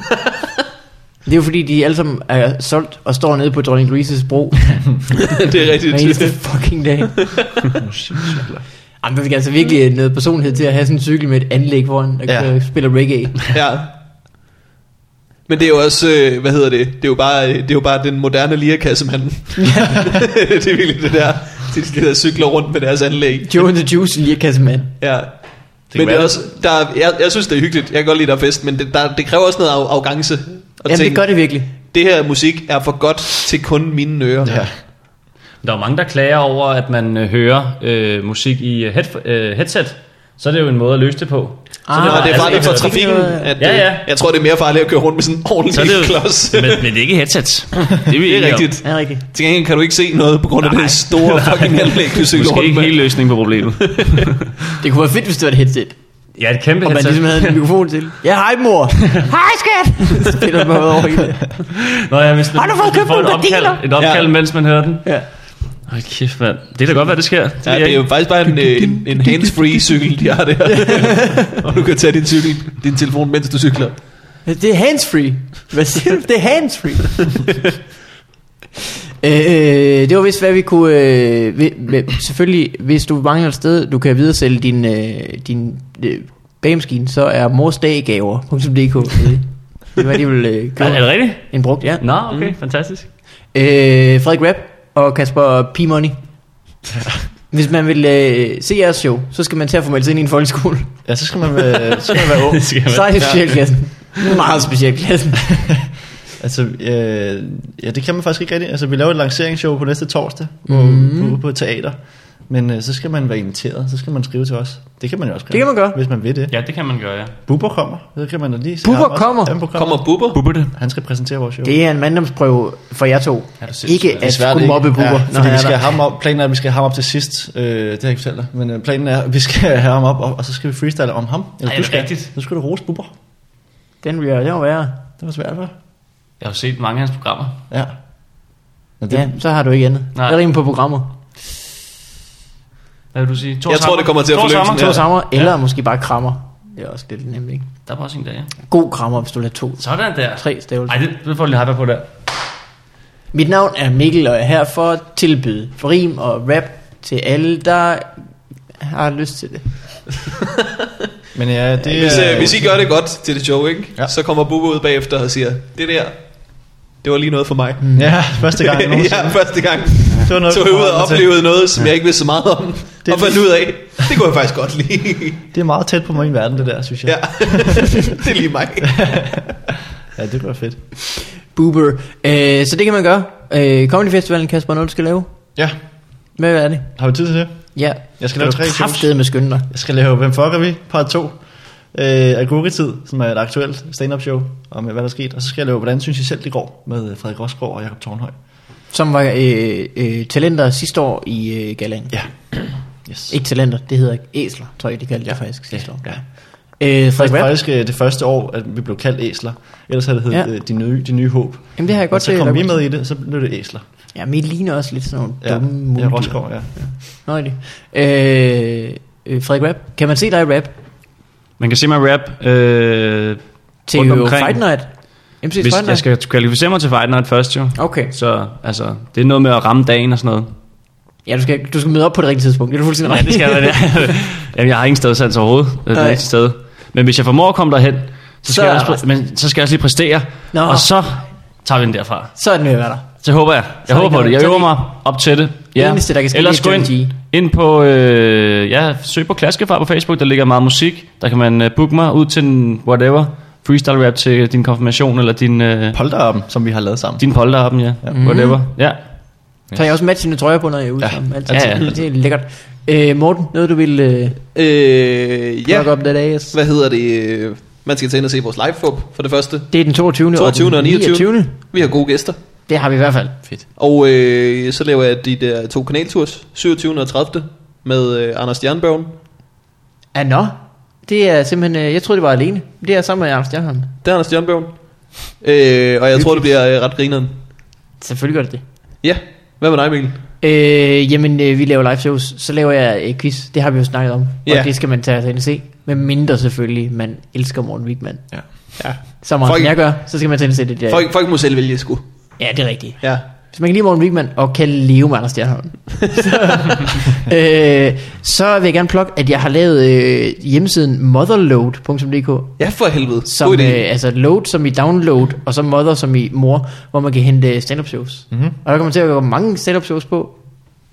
S4: Det er jo fordi, de alle sammen er solgt og står nede på Dronning Louises bro
S1: det er rigtigt.
S4: hver eneste fucking dag. Jamen, der skal altså virkelig noget personlighed til at have sådan en cykel med et anlæg, hvor han
S2: Ja.
S4: ja. spiller reggae.
S1: Ja. Men det er jo også, øh, hvad hedder det, det er jo bare, øh, det er jo bare den moderne lirakassemand. det er virkelig det der, de, de der cykler rundt med deres anlæg.
S4: Joe and the Juice, lirkasse mand.
S1: Ja.
S2: kan
S1: men det
S2: være
S1: er
S2: det.
S1: også, der, er- jeg, jeg synes, det er hyggeligt. Jeg kan godt lide, der er fest, men det, der, det kræver også noget af, arrogance. Og
S4: Jamen, det gør det virkelig.
S1: det her musik er for godt til kun mine ører.
S2: Ja.
S3: Der er jo mange, der klager over, at man øh, hører øh, musik i øh, head, øh, headset. Så er det jo en måde at løse det på. Så
S4: Ah,
S1: Og det er
S4: altså,
S1: farligt
S4: ikke
S1: for
S4: noget-
S1: trafikken. At,
S3: Ja, ja.
S1: øh, Jeg tror, det er mere farligt at køre rundt med sådan en ordentlig
S3: Så er det jo-
S1: klods.
S3: Men, men det er ikke headsets. Det er,
S1: det
S3: vi enige
S1: er
S3: om.
S1: rigtigt.
S4: Ja, rigtigt.
S1: Til gengæld kan du ikke se noget på grund af det store fucking anlæg, du cykler
S3: Måske
S1: rundt
S3: ikke
S1: med.
S3: hele løsningen på problemet.
S4: Det kunne være fedt, hvis det var et headset.
S3: Ja, et kæmpe
S4: Og man
S3: headset.
S4: ligesom havde en mikrofon til. Ja, hej mor.
S6: Hej skat!
S4: Så spiller man over hele.
S3: Nå, ja, hvis man,
S6: Har du fået
S3: hvis man
S6: købt
S3: får
S6: nogle
S3: et opkald,
S6: gardiner?
S3: et opkald
S1: Ja.
S3: mens man hører den.
S4: Ja.
S3: Hold kæft, mand. Det kan da godt være, det sker. Det
S1: Ja,
S3: ved jeg
S1: det er jo
S3: ikke.
S1: faktisk bare en, øh, en, en hands-free cykel, de har der. og du kan tage din cykel, din telefon, mens du cykler.
S4: Det er handsfree. Hvad siger du? Det er handsfree. øh, det var vist, hvad vi kunne... Øh, vi, vi- selvfølgelig, hvis du mangler et sted, du kan videresælge din, øh, din øh, bagemaskine, så er morsdaggaver.dk nede. Det var, de ville øh,
S3: Er, er
S4: købe
S3: det rigtigt?
S4: en brugt, ja.
S3: Nå, okay,
S1: Mm.
S3: fantastisk.
S4: Øh, Frederik Rapp og Kasper P-Money. Hvis man vil øh, se jeres show, så skal man til at formelde sig ind i en folkeskole.
S2: ja, så skal man være, så skal man være ung.
S3: Det skal man.
S4: Så er det specialklassen. Meget specialklassen.
S2: Altså, øh, ja, det kan man faktisk ikke rigtig. Altså, vi laver et lanceringsshow på næste torsdag på, mm. på, på, teater. Men øh, så skal man være inviteret, så skal man skrive til os. Det kan man jo også gøre.
S4: Det kan man gøre.
S2: Hvis man vil det. Ja.
S3: Ja, det kan man gøre, ja.
S2: Bubber kommer, så kan man da lige se
S4: Bubber
S2: ham også.
S4: kommer?
S2: Ja, Bubber kommer.
S1: Kommer Bubber?
S3: Bubber det.
S2: Han skal præsentere vores show.
S4: Det er en manddomsprøve for jer to.
S3: sindssygt.
S4: Ikke at skulle mobbe buber, ja, når
S2: fordi
S4: han
S2: vi
S4: er
S2: skal
S4: der.
S2: have ham op, planen er, at vi skal have ham op til sidst. Øh, det har jeg ikke fortalt dig. Men øh, planen er, at vi skal have ham op, og, og så skal vi freestyle om ham.
S3: Ej, er
S2: du
S3: det
S2: skal,
S3: rigtigt?
S2: Nu skal du rose Bubber.
S4: Den vil jeg, den må være.
S2: Det var svært, hva'?
S3: Jeg har jo set mange af hans programmer.
S2: Ja. Men det,
S4: Ja, så har du ikke andet.
S3: Nej.
S4: Nej. Jeg rimer på programmer.
S3: Hvad vil du sige? Thor
S1: Jeg tror,
S3: Sammer?
S1: det kommer til at
S3: Thor
S1: forløse
S3: Sammer?
S1: den
S4: To
S1: her. Ja.
S4: ja.
S3: Thor Sammer?
S4: sammer, eller ja. måske bare krammer. Det er også lidt nemt, ikke?
S3: Der er bare også en der, ja.
S4: God krammer, hvis du lader to.
S3: Sådan der.
S4: Tre stavelser.
S3: Ej, det, det får jeg lige hype på der.
S4: Mit navn er Mikkel, og jeg er her for at tilbyde rim og rap til alle, der har lyst til det.
S2: men ja, det
S1: Hvis,
S2: er...
S1: øh, hvis I gør det godt til det show, ikke? Ja.
S2: Ja.
S1: så kommer Bubba ud bagefter og siger, det der, det var lige noget for mig. Mm.
S2: Ja, første gang nogensinde.
S1: ja, første gang
S2: Det var noget,
S1: tog
S2: du
S1: jeg ud
S2: forholdt
S1: og
S2: dig til.
S1: oplevede noget, som jeg ikke vidste så meget om,
S2: Det-
S1: og fandt ud af, det kunne jeg faktisk godt lide.
S2: Det er meget tæt på min verden, det der, synes jeg.
S1: ja, det er lige mig.
S2: ja det kunne være fedt.
S4: Boober. Øh, så det kan man gøre. Øh, Comedy Festivalen, Kasper, når du skal lave.
S2: Ja,
S4: Hvad er det?
S2: har vi tid til det?
S4: Ja.
S2: Jeg skal lave tre shows.
S4: shows. med skynde dig.
S2: Jeg skal lave Hvem fucker vi? Part 2 øh, af Gurketid, som er et aktuelt stand-up show om øh, hvad der er sket. Og så skal jeg lave Hvordan synes I selv det går med øh, Frederik Rosgaard og Jakob Tornhøj.
S4: Som var øh, øh, talenter sidste år i øh, galaen.
S2: Ja. Yes.
S4: Ikke talenter, det hedder æsler, tror jeg, de kaldte ja. det faktisk sidste år.
S2: Ja.
S4: Øh,
S2: Det
S4: Frederik
S2: var
S4: Rapp,
S2: faktisk øh, det første år, at vi blev kaldt æsler. Ellers havde det
S4: Ja.
S2: heddet ja. de, nye, de nye håb.
S4: Jamen, det har jeg godt
S2: Og så
S4: set,
S2: kom
S4: der
S2: vi
S4: var-
S2: med i det, og så blev det æsler.
S4: ja, men I ligner også lidt sådan nogle
S2: Ja,
S4: dumme
S2: ja
S4: muldyr.
S2: Rosgaard, ja.
S4: Nå, er det. Øh, øh, Frederik Rapp, kan man se dig i rap
S3: Man kan se mig rap øh,
S4: til
S3: rundt
S4: jo
S3: omkring.
S4: Fight Night? MC's
S3: Hvis
S4: Fight Night?
S3: jeg skal kvalificere mig til Fight Night først jo.
S4: Okay,
S3: Så altså, det er noget med at ramme dagen og sådan noget.
S4: ja, du skal, du skal møde op på det rigtige tidspunkt, det er du fuldstændig
S3: Ja, det skal jeg. ja. Jamen, jeg har ingen stedsans overhovedet. Det er
S4: Nej.
S3: det eneste sted. Men hvis jeg formår at komme derhen,
S4: Så
S3: så skal, så... Jeg,
S4: er
S3: også, præ- men, så skal jeg også lige præstere.
S4: Nå.
S3: Nå. Og så tager vi den derfra.
S4: Så er den ved at være der.
S3: Så håber jeg. Jeg
S4: Så det
S3: håber på
S4: kan-
S3: det. Jeg
S4: så
S3: øver
S4: det-
S3: mig op til det.
S4: Det eneste, der kan ske,
S3: Ellers
S4: det
S3: gå
S4: er
S3: ind,
S4: Johnny
S3: ind på... Øh, ja, søg på Klaskefar på Facebook. Der ligger meget musik. Der kan man øh, booke mig ud til en whatever. Freestyle rap til din konfirmation eller din... Øh,
S2: Polterappen, som vi har lavet sammen.
S3: din polterappen, ja. ja.
S4: Mhm.
S3: Whatever. Ja.
S4: Så har jeg også matchende trøjer på, når jeg er ude ja. sammen. Altid.
S3: Ja, ja.
S4: Det er lækkert. Øh, Morten, noget du vil øh,
S1: øh, ja,
S4: yeah. op den dag? yes?
S1: hvad hedder det? Man skal tage ind og se vores live for det første.
S4: Det er den 22.
S1: 22. og 29.
S4: 29..
S1: Vi har gode gæster.
S4: Det har vi i hvert fald.
S1: Og øh, så laver jeg de der to kanaltours, 27. og 30. med øh, Anders Jernbørn.
S4: Ja, nå. Det er simpelthen, øh, jeg troede det var alene. Det er sammen med Anders Stjernholm.
S1: Det er Anders Jernbørn. Øh, og jeg tror, det bliver øh, ret grineren.
S4: Selvfølgelig gør det det.
S1: Ja, hvad med dig, Mikkel?
S4: Øh, jamen, øh, vi laver live shows, så laver jeg øh, quiz. Det har vi jo snakket om,
S1: Ja.
S4: og det skal man tage sig ind og se. Men mindre selvfølgelig, man elsker Morten Wigman.
S2: Ja.
S1: Ja.
S4: Så meget
S1: Folk-
S4: som jeg gør, så skal man tage ind og se det der.
S1: Folk, folk må selv vælge, sgu.
S4: Ja, det er rigtigt.
S1: Ja.
S4: Hvis man kan lide Morten Wigman og kan leve med Anders Stjernholm, så, øh, så vil jeg gerne plukke, at jeg har lavet øh, hjemmesiden motherload.dk,
S1: Ja, for helvede.
S4: som,
S1: God idé.
S4: øh, altså load som i download, og så mother som i mor, hvor man kan hente stand-up shows. Mm-hmm. Og der kommer til at gå mange stand-up shows på.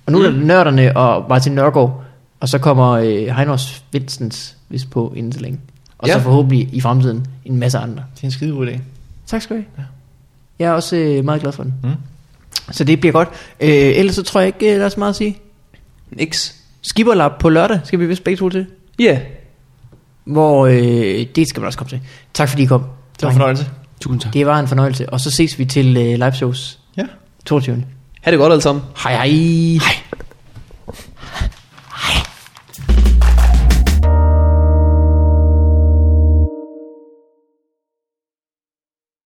S4: Og nu mm. er det nørderne og Martin Nørgaard, og så kommer øh, Heinos Vincents vist på inden så længe. Og ja.
S1: Ja.
S4: så forhåbentlig i fremtiden en masse andre.
S2: Det er en skide god idé.
S4: Tak skal du have. Ja. Jeg er også øh, meget glad for den. Mm. Så det bliver godt. Øh, ellers så tror jeg ikke, øh, der er så meget at sige.
S1: Nix.
S4: Skibberlap på lørdag skal vi vist begge to til.
S1: Ja. Yeah.
S4: Hvor øh, det skal man også komme til. Tak fordi I kom.
S2: Det var en fornøjelse.
S3: Tusind tak.
S4: Det var en fornøjelse. Og så ses vi til øh, live shows
S2: Ja.
S4: 22.
S1: Ha' det godt alle sammen.
S4: Hej hej. Hej.